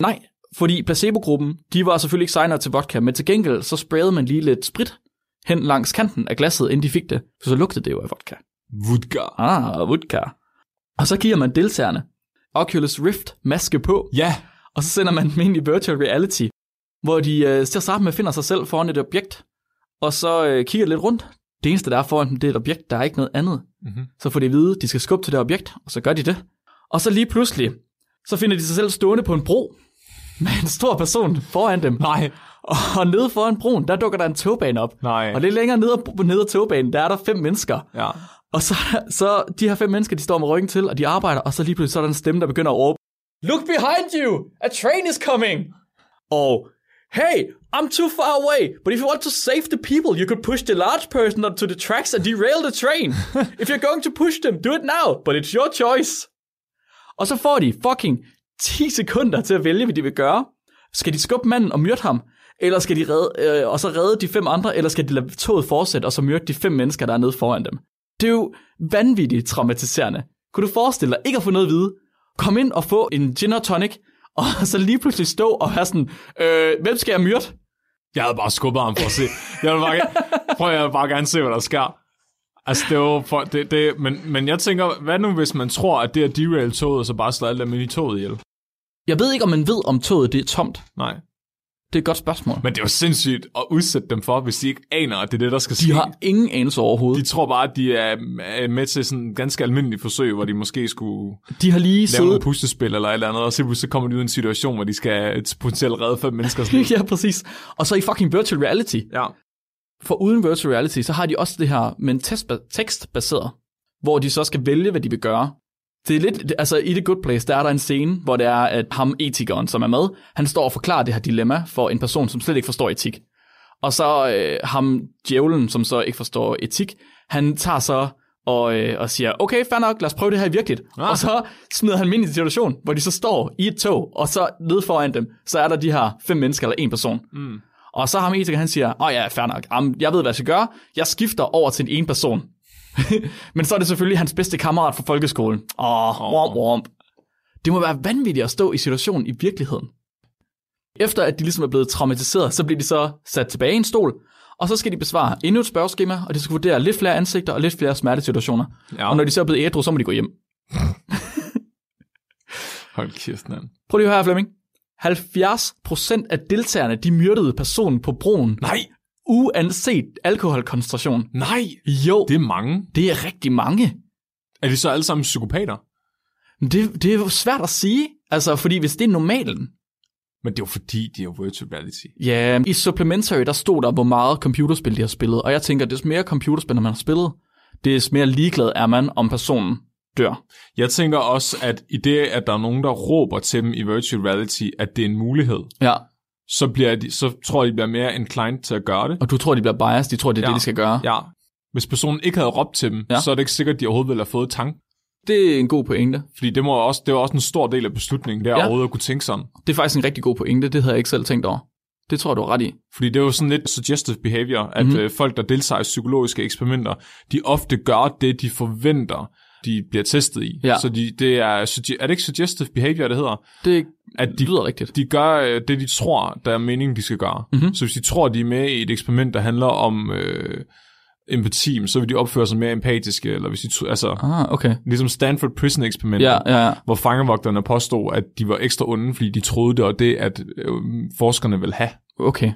Nej, fordi placebo-gruppen, de var selvfølgelig ikke signere til vodka, men til gengæld så sprayede man lige lidt sprit hen langs kanten af glasset, inden de fik det, for så lugtede det jo af vodka. Vodka. Ah, vodka. Og så giver man deltagerne Oculus Rift maske på, Ja. og så sender man dem ind i virtual reality, hvor de øh, til at starte med finder sig selv foran et objekt, og så øh, kigger lidt rundt. Det eneste, der er foran dem, det er et objekt, der er ikke noget andet. Mhm. Så får de at vide, de skal skubbe til det objekt, og så gør de det. Og så lige pludselig, så finder de sig selv stående på en bro, med en stor person foran dem. Nej. Og, og nede foran broen, der dukker der en togbane op. Nej. Og lidt længere nede ad, nede ad togbanen, der er der fem mennesker. Ja. Og så, så de her fem mennesker, de står med ryggen til, og de arbejder, og så lige pludselig så er der en stemme, der begynder at råbe, Look behind you! A train is coming! Og, hey, I'm too far away, but if you want to save the people, you could push the large person onto the tracks and derail the train. if you're going to push them, do it now, but it's your choice. Og så får de fucking 10 sekunder til at vælge, hvad de vil gøre. Skal de skubbe manden og myrde ham? Eller skal de redde, øh, og så redde de fem andre, eller skal de lade toget fortsætte, og så myrde de fem mennesker, der er nede foran dem? Det er jo vanvittigt traumatiserende. Kunne du forestille dig ikke at få noget at vide? Kom ind og få en gin og tonic, og så lige pludselig stå og være sådan, øh, hvem skal jeg myrde? Jeg havde bare skubbet ham for at se. Jeg vil bare, gerne- prøv, jeg vil bare gerne se, hvad der sker. Altså, det var for, det, det, men, men jeg tænker, hvad nu, hvis man tror, at det er derail toget, så bare slår alle dem ind i toget ihjel? Jeg ved ikke, om man ved, om toget det er tomt. Nej. Det er et godt spørgsmål. Men Men det er jo sindssygt at udsætte dem for, hvis de ikke aner, at det er det, der skal ske. de har ingen anelse overhovedet. De tror bare, at de er er med til sådan en ganske almindelig forsøg, hvor de måske skulle De har lige lave nogle siddet... puslespil eller et eller andet, og så pludselig så kommer de ud i en situation, hvor de skal potentielt redde fem menneskers liv. ja, præcis. Og så i fucking virtual reality. Ja. For uden virtual reality, så har de også det her, men testba- tekstbaseret, hvor de så skal vælge, hvad de vil gøre. Det er lidt, det- altså i The Good Place, der er der en scene, hvor det er, at ham etikeren, som er med, han står og forklarer det her dilemma for en person, som slet ikke forstår etik. Og så øh, ham djævlen, som så ikke forstår etik, han tager så og, øh, og siger, okay, fair nok, lad os prøve det her virkeligt. Ah. Ah. Og så smider han dem ind i en situation, hvor de så står i et tog, og så nede foran dem, så er der de her fem mennesker eller en person. Mm. Og så har ham etikeren, han siger, åh ja, fair nok, Jamen, jeg ved, hvad jeg skal gøre. Jeg skifter over til en ene person. Men så er det selvfølgelig hans bedste kammerat fra folkeskolen. Åh, oh, womp, womp. Det må være vanvittigt at stå i situationen i virkeligheden. Efter at de ligesom er blevet traumatiseret, så bliver de så sat tilbage i en stol, og så skal de besvare endnu et spørgeskema, og de skal vurdere lidt flere ansigter og lidt flere smertesituationer. Ja. Og når de så er blevet ædru, så må de gå hjem. Hold kæft, mand. Prøv lige at høre her, Flemming. 70% af deltagerne, de myrdede personen på broen, Nej, uanset alkoholkoncentration. nej. Jo, Det det, er mange. det er rigtig mange. Er de så alle sammen psykopater? Men Det, det er jo svært at sige, altså, fordi hvis det er normalen, Men det er jo fordi, de er virtual reality. Ja, i Supplementary, der stod der, hvor meget computerspil de har spillet, og jeg tænker, des mere computerspil, man har spillet, des mere ligeglad er man, om personen dør. Jeg tænker også, at i det, at der er nogen, der råber til dem i virtual reality, at det er en mulighed, Ja. så, bliver de, så tror jeg, de bliver mere inclined til at gøre det. Og du tror, de bliver biased, de tror, det er ja. Ja. det, de skal gøre. Ja. Hvis personen ikke havde råbt til dem, ja. Ja. så er det ikke sikkert, at de overhovedet ville have fået tanken. Det er en god pointe. Fordi det, må også, det er også en stor del af beslutningen, det er ja. Ja. overhovedet at kunne tænke sådan. Det er faktisk en rigtig god pointe, det havde jeg ikke selv tænkt over. Det tror jeg, du har ret i. Fordi det er jo sådan lidt suggestive behavior, at Mhm. mm-hmm. øh, folk, der deltager i psykologiske eksperimenter, de ofte gør det, de forventer, de bliver testet i. Ja. Så de, det er, sugge- er det ikke suggestive behavior, det hedder? Det At de, lyder rigtigt. de gør øh, det, de Mhm. tror, der er meningen, de skal gøre. Mm-hmm. Så hvis de tror, de er med i et eksperiment, der handler om øh, empati, men så vil de opføre sig mere empatiske, eller hvis de, tog- altså, Ah, okay. ligesom Stanford Prison Experiment, Ja, ja, ja. hvor fangevogterne påstod, at de var ekstra onde, fordi de troede det, og det, at øh, forskerne ville have. Okay.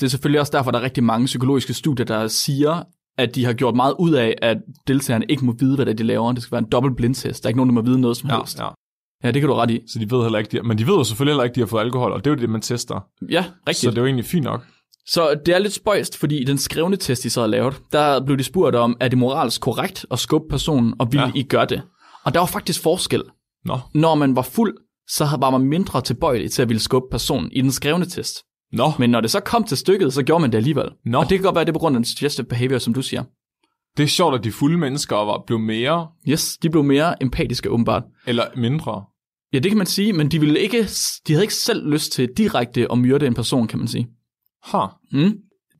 Det er selvfølgelig også derfor, der er rigtig mange psykologiske studier, der siger, at de har gjort meget ud af, at deltagerne ikke må vide, hvad det er, de laver. Det skal være en dobbelt blindtest. Der er ikke nogen, der må vide noget som helst. ja. Ja, det kan du ret i. Så de ved heller ikke, de, men de ved jo selvfølgelig heller ikke, de har fået alkohol, og det er jo det, man tester. Ja, Så rigtigt. det er jo egentlig fint nok. Så det er lidt spøjst, fordi i den skrevne test, de så havde lavet, der blev de spurgt om, er det moralsk korrekt at skubbe personen, og vil Ja. ja. I gøre det? Og der var faktisk forskel. Nå. Når man var fuld, så var man mindre tilbøjelig til at ville skubbe personen i den skrevne test. Nå. Men når det så kom til stykket, så gjorde man det alligevel. Nå. Og det kan godt være, det er på grund af den suggestive behavior, som du siger. Det er sjovt, at de fulde mennesker var, blev mere Yes, de blev mere empatiske åbenbart. eller mindre. Ja, det kan man sige, men de, ville ikke, de havde ikke selv lyst til direkte at myrde en person, kan man sige. Ha. Mm.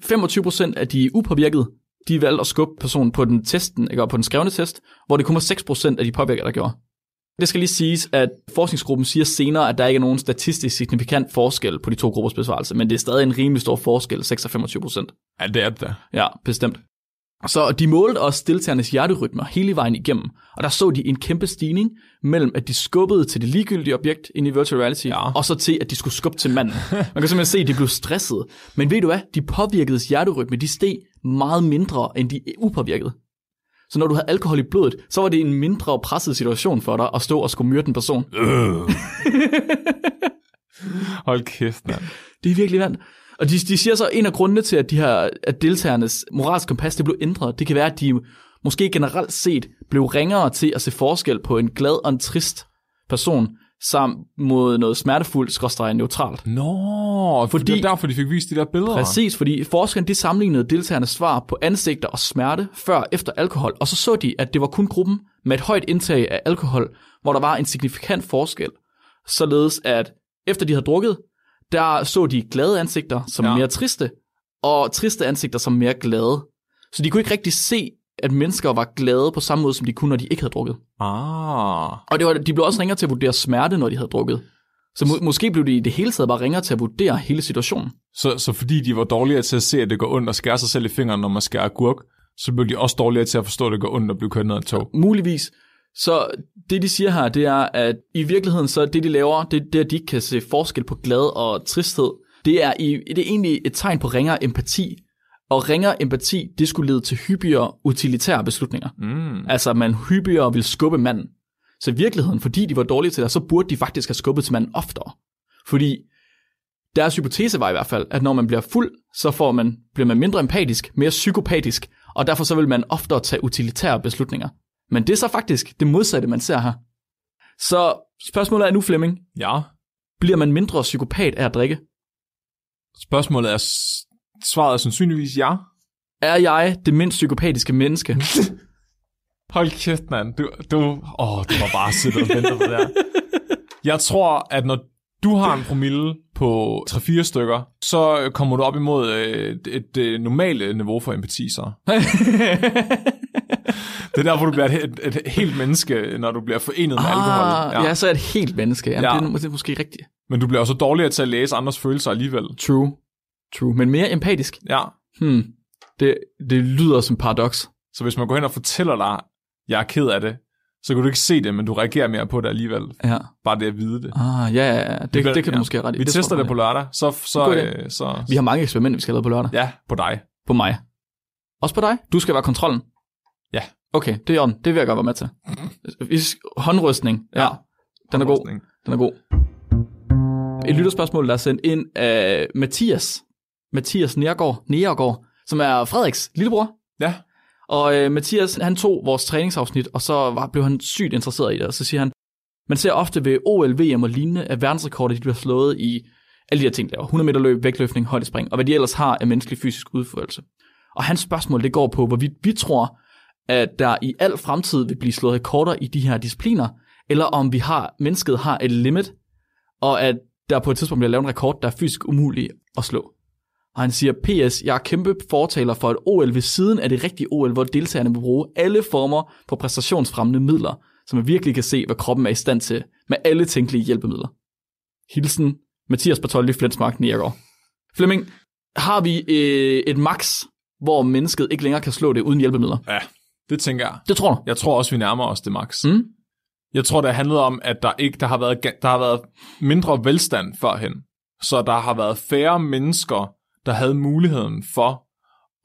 25% af de upåvirkede, de valgte at skubbe personen på den testen, ikke, og på den skrevne test, hvor det kun var 6% af de påvirkede, der gjorde. Det skal lige siges, at forskningsgruppen siger senere, at der ikke er nogen statistisk signifikant forskel på de to gruppers besvarelse, men det er stadig en rimelig stor forskel, 6 og 25%. Ja, det er det da. Ja, bestemt. Så de målte også deltagernes hjerterytmer hele vejen igennem, og der så de en kæmpe stigning mellem, at de skubbede til det ligegyldige objekt ind i virtual reality, ja. og så til, at de skulle skubbe til manden. Man kan simpelthen se, at de blev stresset. Men ved du hvad? De påvirkedes hjerterytme, de steg meget mindre, end de upåvirkede. Så når du havde alkohol i blodet, så var det en mindre presset situation for dig at stå og skulle myrde en person. Hold kæft, mand. Det er virkelig vand. Og de, de siger så, at en af grundene til, at, de her, at deltagernes moralske kompas det blev ændret, det kan være, at de måske generelt set blev ringere til at se forskel på en glad og en trist person, samt mod noget smertefuldt, skråstrej neutralt. Nå, fordi... Fordi- det er derfor, de fik vist de der billeder. Præcis, fordi forskerne de sammenlignede deltagernes svar på ansigter og smerte før og efter alkohol, og så så de, at det var kun gruppen med et højt indtag af alkohol, hvor der var en signifikant forskel. Således at efter de havde drukket, der så de glade ansigter som Ja. ja. mere triste, og triste ansigter som mere glade. Så de kunne ikke rigtig se, at mennesker var glade på samme måde, som de kunne, når de ikke havde drukket. Ah. Og det var, de blev også ringere til at vurdere smerte, når de havde drukket. Så må, måske blev de i det hele taget bare ringere til at vurdere hele situationen. Så, så fordi de var dårligere til at se, at det går ondt at skære sig selv i fingeren, når man skærer agurk, så blev de også dårligere til at forstå, at det går ondt at blive kørt ned af et tog. muligvis. Så det, de siger her, det er, at i virkeligheden så det, de laver, det, det at de ikke kan se forskel på glad og tristhed, det er, i, det er egentlig et tegn på ringere empati. Og ringere empati, det skulle lede til hyppigere utilitære beslutninger. Mm. Altså, at man hyppigere ville skubbe manden. Så i virkeligheden, fordi de var dårlige til det, så burde de faktisk have skubbet til manden oftere. Fordi deres hypotese var i hvert fald, at når man bliver fuld, så får man, bliver man mindre empatisk, mere psykopatisk, og derfor så vil man oftere tage utilitære beslutninger. Men det er så faktisk det modsatte, man ser her. Så spørgsmålet er nu, Flemming, Ja. bliver man mindre psykopat af at drikke? Spørgsmålet er... s- Svaret er sandsynligvis ja. Er jeg det mindst psykopatiske menneske? Hold kæft, mand. Du, du, åh, du var bare siddet og ventet på det her. Jeg tror, at når du har en promille på 3-4 stykker, så kommer du op imod øh, et, et, øh, normalt niveau for empati, så. Ah, Det er derfor, du bliver et, et, et helt menneske, når du bliver forenet Ah, med alkohol. ja. ja, så er jeg et helt menneske. Jamen, Ja. ja. det, er, det er måske rigtigt. Men du bliver også dårligere til at læse andres følelser alligevel. True. True. Men mere empatisk. Ja. Hmm. Det, det lyder som paradoks. Så hvis man går hen og fortæller dig, jeg er ked af det, så kan du ikke se det, men du reagerer mere på det alligevel. Ja. Bare det at vide det. Ah, ja, ja, ja. Det, Vi gør- det, det kan du ja. måske have ret i. Vi det tester tror jeg, det du på lørdag, så, så, God idé. øh, så, har. Vi har mange eksperimenter, vi skal have lavet på lørdag. ja, på dig. På mig. Også på dig. Du skal være kontrollen. Ja. Mhm. Okay, det er on. Det vil jeg godt være med til. Hvis- Håndrystning. Ja. Den er god. Den er god. Et lytterspørgsmål, der er sendt ind af Mathias. Mathias Nergård, Nergård som er Frederiks lillebror. Ja. Og øh, Mathias, han tog vores træningsafsnit, og så var, blev han sygt interesseret i det, og så siger han, man ser ofte ved OL, VM og lignende, at verdensrekorder de bliver slået i alle de her ting, der er 100 meter løb, vægtløftning, højdespring, og hvad de ellers har af menneskelig fysisk udførelse. Og hans spørgsmål, det går på, hvorvidt vi tror, at der i al fremtid vil blive slået rekorder i de her discipliner, eller om vi har, mennesket har et limit, og at der på et tidspunkt bliver lavet en rekord, der er fysisk umulig at slå. Og han siger, PS, jeg er kæmpe fortaler for et OL ved siden af det rigtige OL, hvor deltagerne vil bruge alle former for præstationsfremmende midler, så man virkelig kan se, hvad kroppen er i stand til med alle tænkelige hjælpemidler. Hilsen, Mathias Bartoldi, Flensmark, Niergaard. Flemming, har vi øh, et max hvor mennesket ikke længere kan slå det uden hjælpemidler. Ja, det tænker jeg. Det tror du? Jeg tror også, vi nærmer os det, Max. Mm. Jeg tror, det handlede om, at der ikke der har været, ga- der har været mindre velstand førhen. Så der har været færre mennesker, der havde muligheden for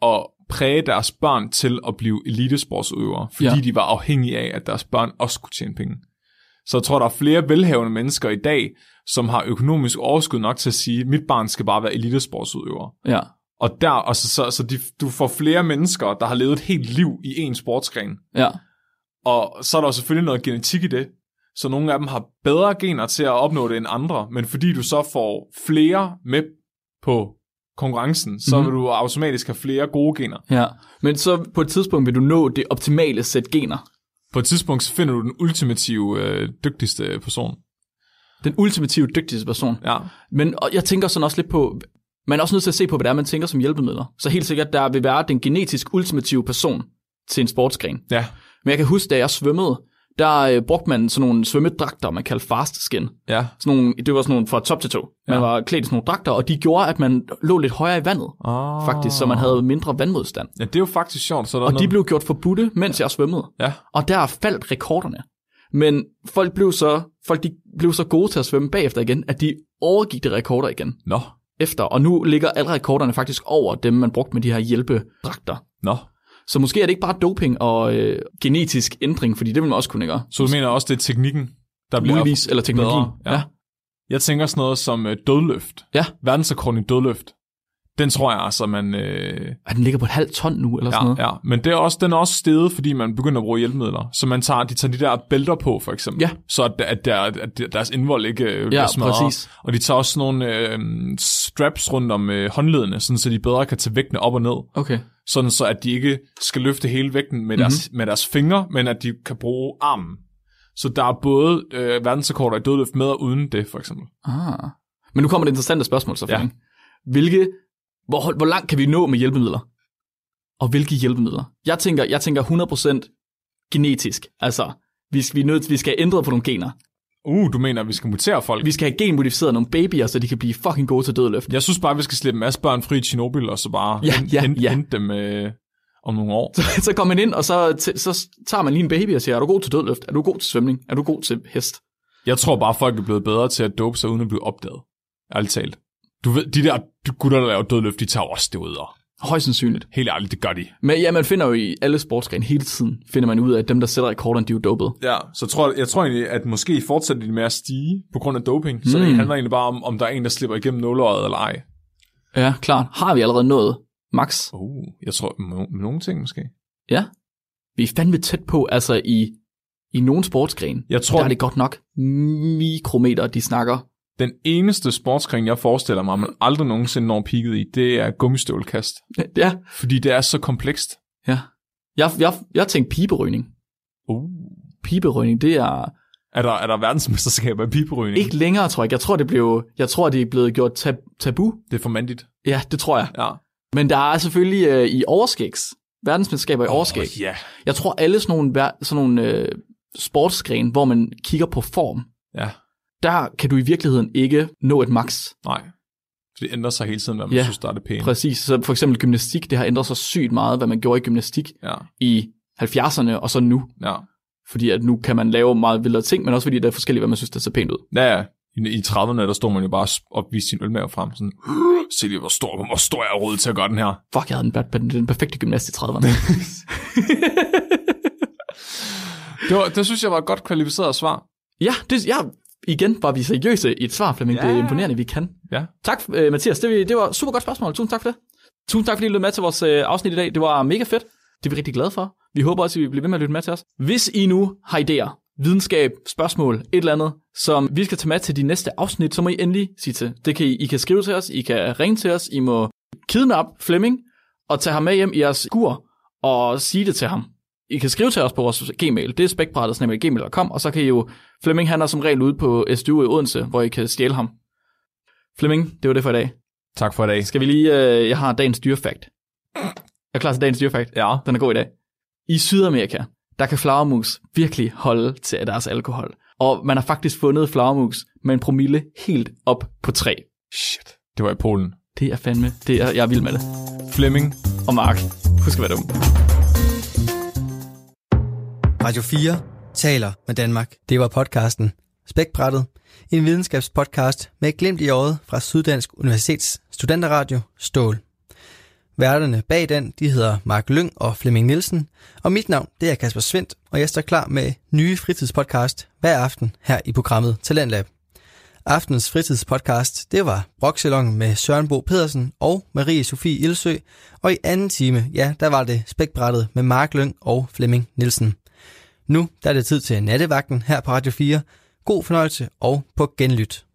at præge deres børn til at blive elitesportsøvere, fordi Ja. ja. de var afhængige af, at deres børn også kunne tjene penge. Så jeg tror, der er flere velhavende mennesker i dag, som har økonomisk overskud nok til at sige, mit barn skal bare være elitesportsudøver. Ja. Og der, og så, så, så de, du får flere mennesker, der har levet et helt liv i en sportsgren. Ja. Og så er der jo selvfølgelig noget genetik i det. Så nogle af dem har bedre gener til at opnå det end andre, men fordi du så får flere med på konkurrencen, så Mhm. mm-hmm. vil du automatisk have flere gode gener. Ja. Men så på et tidspunkt vil du nå det optimale sæt gener. På et tidspunkt så finder du den ultimative øh, dygtigste person. Den ultimative dygtigste person. Ja. Men og jeg tænker sådan også lidt på, man er også nødt til at se på, hvad det er, man tænker som hjælpemidler. Så helt sikkert, der vil være den genetisk ultimative person til en sportsgren. Ja. Men jeg kan huske, da jeg svømmede, der øh, brugte man sådan nogle svømmedragter, man kaldte fast skin. Ja. Sådan nogle, det var sådan nogle fra top til to. Man Ja. var klædt i sådan nogle dragter, og de gjorde, at man lå lidt højere i vandet, Oh. faktisk, så man havde mindre vandmodstand. Ja, det er jo faktisk sjovt. Så der er Ah. Og de noget... blev gjort forbudte, mens jeg svømmede. Ja. Og der faldt rekorderne. Men folk blev så, folk de blev så gode til at svømme bagefter igen, at de overgik de rekorder igen Nå. efter, og nu ligger alle rekorderne faktisk over dem, man brugte med de her hjælpedragter. Nå. Så måske er det ikke bare doping og øh, genetisk ændring, fordi det vil man også kunne gøre. Så du mener også, det er teknikken, der bliver... Muligvis, eller teknologien. bedre, ja. Jeg tænker sådan noget som øh, dødløft. Ja. Verdensrekorden i dødløft. Den tror jeg altså, man... Øh, Ej, den ligger på et halvt ton nu, eller sådan ja, noget. ja, men det er også, den er også steget, fordi man begynder at bruge hjælpemidler. Så man tager, de tager de der bælter på, for eksempel. Ja. Så at, at, der, at der- deres indvold ikke øh, bliver Ja, smadret. præcis. Og de tager også sådan nogle øh, straps rundt om øh, håndledene, sådan, så de bedre kan tage vægtene op og ned. Okay. sådan så at de ikke skal løfte hele vægten med deres, Mhm. mm-hmm. med deres fingre, men at de kan bruge armen. Så der er både øh, verdensrekorder i dødløft med og uden det, for eksempel. Ah. Men nu kommer det interessante spørgsmål, så Ja. Flemming. Hvilke, hvor, hvor langt kan vi nå med hjælpemidler? Og hvilke hjælpemidler? Jeg tænker, jeg tænker 100% genetisk. Altså, vi skal, vi, er nødt, til- vi skal have ændret på nogle gener. Uh, du mener, at vi skal mutere folk? Vi skal have genmodificeret nogle babyer, så de kan blive fucking gode til dødløft. Jeg synes bare, at vi skal slippe en masse børn fri i Tjernobyl, og så bare Ja, hen- ja, hen- ja. hente dem øh, om nogle år. Så, så kommer man ind, og så, t- så tager man lige en baby og siger, er du god til dødløft? Er du god til svømning? Er du god til hest? Jeg tror bare, folk er blevet bedre til at dope sig, uden at blive opdaget. Ærligt talt. Du ved, de der gutter, der laver dødløft, de tager jo også det ud. og Højst sandsynligt. Helt ærligt, det gør de. Men ja, man finder jo i alle sportsgrene hele tiden, finder man ud af, at dem, der sætter rekorderne, de er jo dopede. Ja, så tror, jeg tror egentlig, at måske fortsætter de med at stige på grund af doping. Mm. Så det Mm. handler egentlig bare om, om der er en, der slipper igennem nåløjet eller ej. Ja, klart. Har vi allerede nået max? Oh, jeg tror, no- nogle ting måske. Ja. Vi er fandme tæt på, altså i, i nogle sportsgrene. Jeg Der tror, er det... det godt nok mikrometer, de snakker. den eneste sportsgren, jeg forestiller mig, man aldrig nogensinde når peaket i, det er gummistøvlkast. Ja. Fordi det er så komplekst. ja. Jeg, jeg, jeg tænkte piberøgning. Uh. Piberøgning, det er Er der, er der verdensmesterskaber i piberøgning? ikke længere, tror jeg. Jeg tror, det blev, jeg tror, det er blevet gjort tab- tabu. Det er for mandigt. Ja, det tror jeg. Ja. Men der er selvfølgelig øh, i overskægs, verdensmesterskaber i overskæg. Åh, ja. Jeg tror alle sådan nogle, ver- sådan nogle øh, sportsgren, hvor man kigger på form, ja. der kan du i virkeligheden ikke nå et max. Nej. For det ændrer sig hele tiden, hvad man Ja. ja. synes, der er det pæne. Præcis. Så for eksempel gymnastik, det har ændret sig sygt meget, hvad man gjorde i gymnastik Ja. i 70'erne og så nu. Ja. Fordi at nu kan man lave meget vildere ting, men også fordi der er forskelligt, hvad man synes, der ser pænt ud. Ja, ja. I, I 30'erne, der stod man jo bare og viste sin ølmave frem. Sådan, se lige, hvor stor, hvor stor jeg er råd til at gøre den her. Fuck, jeg havde den, badminton- den perfekte gymnast i 30'erne. Det, var, det synes jeg var et godt kvalificeret svar. ja, det, ja, igen var vi seriøse i et svar, Flemming. Det er Ja. imponerende, vi kan. Ja. Tak, øh, Mathias. Det, det var et super godt spørgsmål. Tusind tak for det. Tusind tak, fordi I lyttede med til vores øh, afsnit i dag. Det var mega fedt. Det er vi rigtig glade for. Vi håber også, at I bliver ved med at lytte med til os. Hvis I nu har idéer, videnskab, spørgsmål, et eller andet, som vi skal tage med til de næste afsnit, så må I endelig sige til. Det kan I, I kan skrive til os, I kan ringe til os, I må kidnappe Flemming og tage ham med hjem i jeres kur og sige det til ham. I kan skrive til os på vores gmail. Det er spækbrættet.gmail.com, og så kan I jo... Flemming, han er som regel ude på SDU i Odense, hvor I kan stjæle ham. Flemming, det var det for i dag. Tak for i dag. Skal vi lige... Øh, jeg har dagens dyrefakt. Jeg er klar til dagens dyrefakt. Ja. Den er god i dag. I Sydamerika, der kan flagermus virkelig holde til deres alkohol. Og man har faktisk fundet flagermus med en promille helt op på 3. Shit. Det var i Polen. Det er fandme... Det er, jeg er vild med det. Flemming, og Mark. Husk at være dum. Radio 4 taler med Danmark. Det var podcasten Spækbrættet, en videnskabspodcast med et glimt i øjet fra Syddansk Universitets studenterradio Stål. Værterne bag den, de hedder Mark Lyng og Flemming Nielsen, og mit navn, det er Kasper Svendt, og jeg står klar med nye fritidspodcast hver aften her i programmet Talentlab. Aftens fritidspodcast, det var Broksalongen med Søren Bo Pedersen og marie Sofie Ilsø, og i anden time, ja, der var det spækbrættet med Mark Lyng og Flemming Nielsen. Nu der er det tid til nattevagten her på Radio 4. God fornøjelse og på genlyt.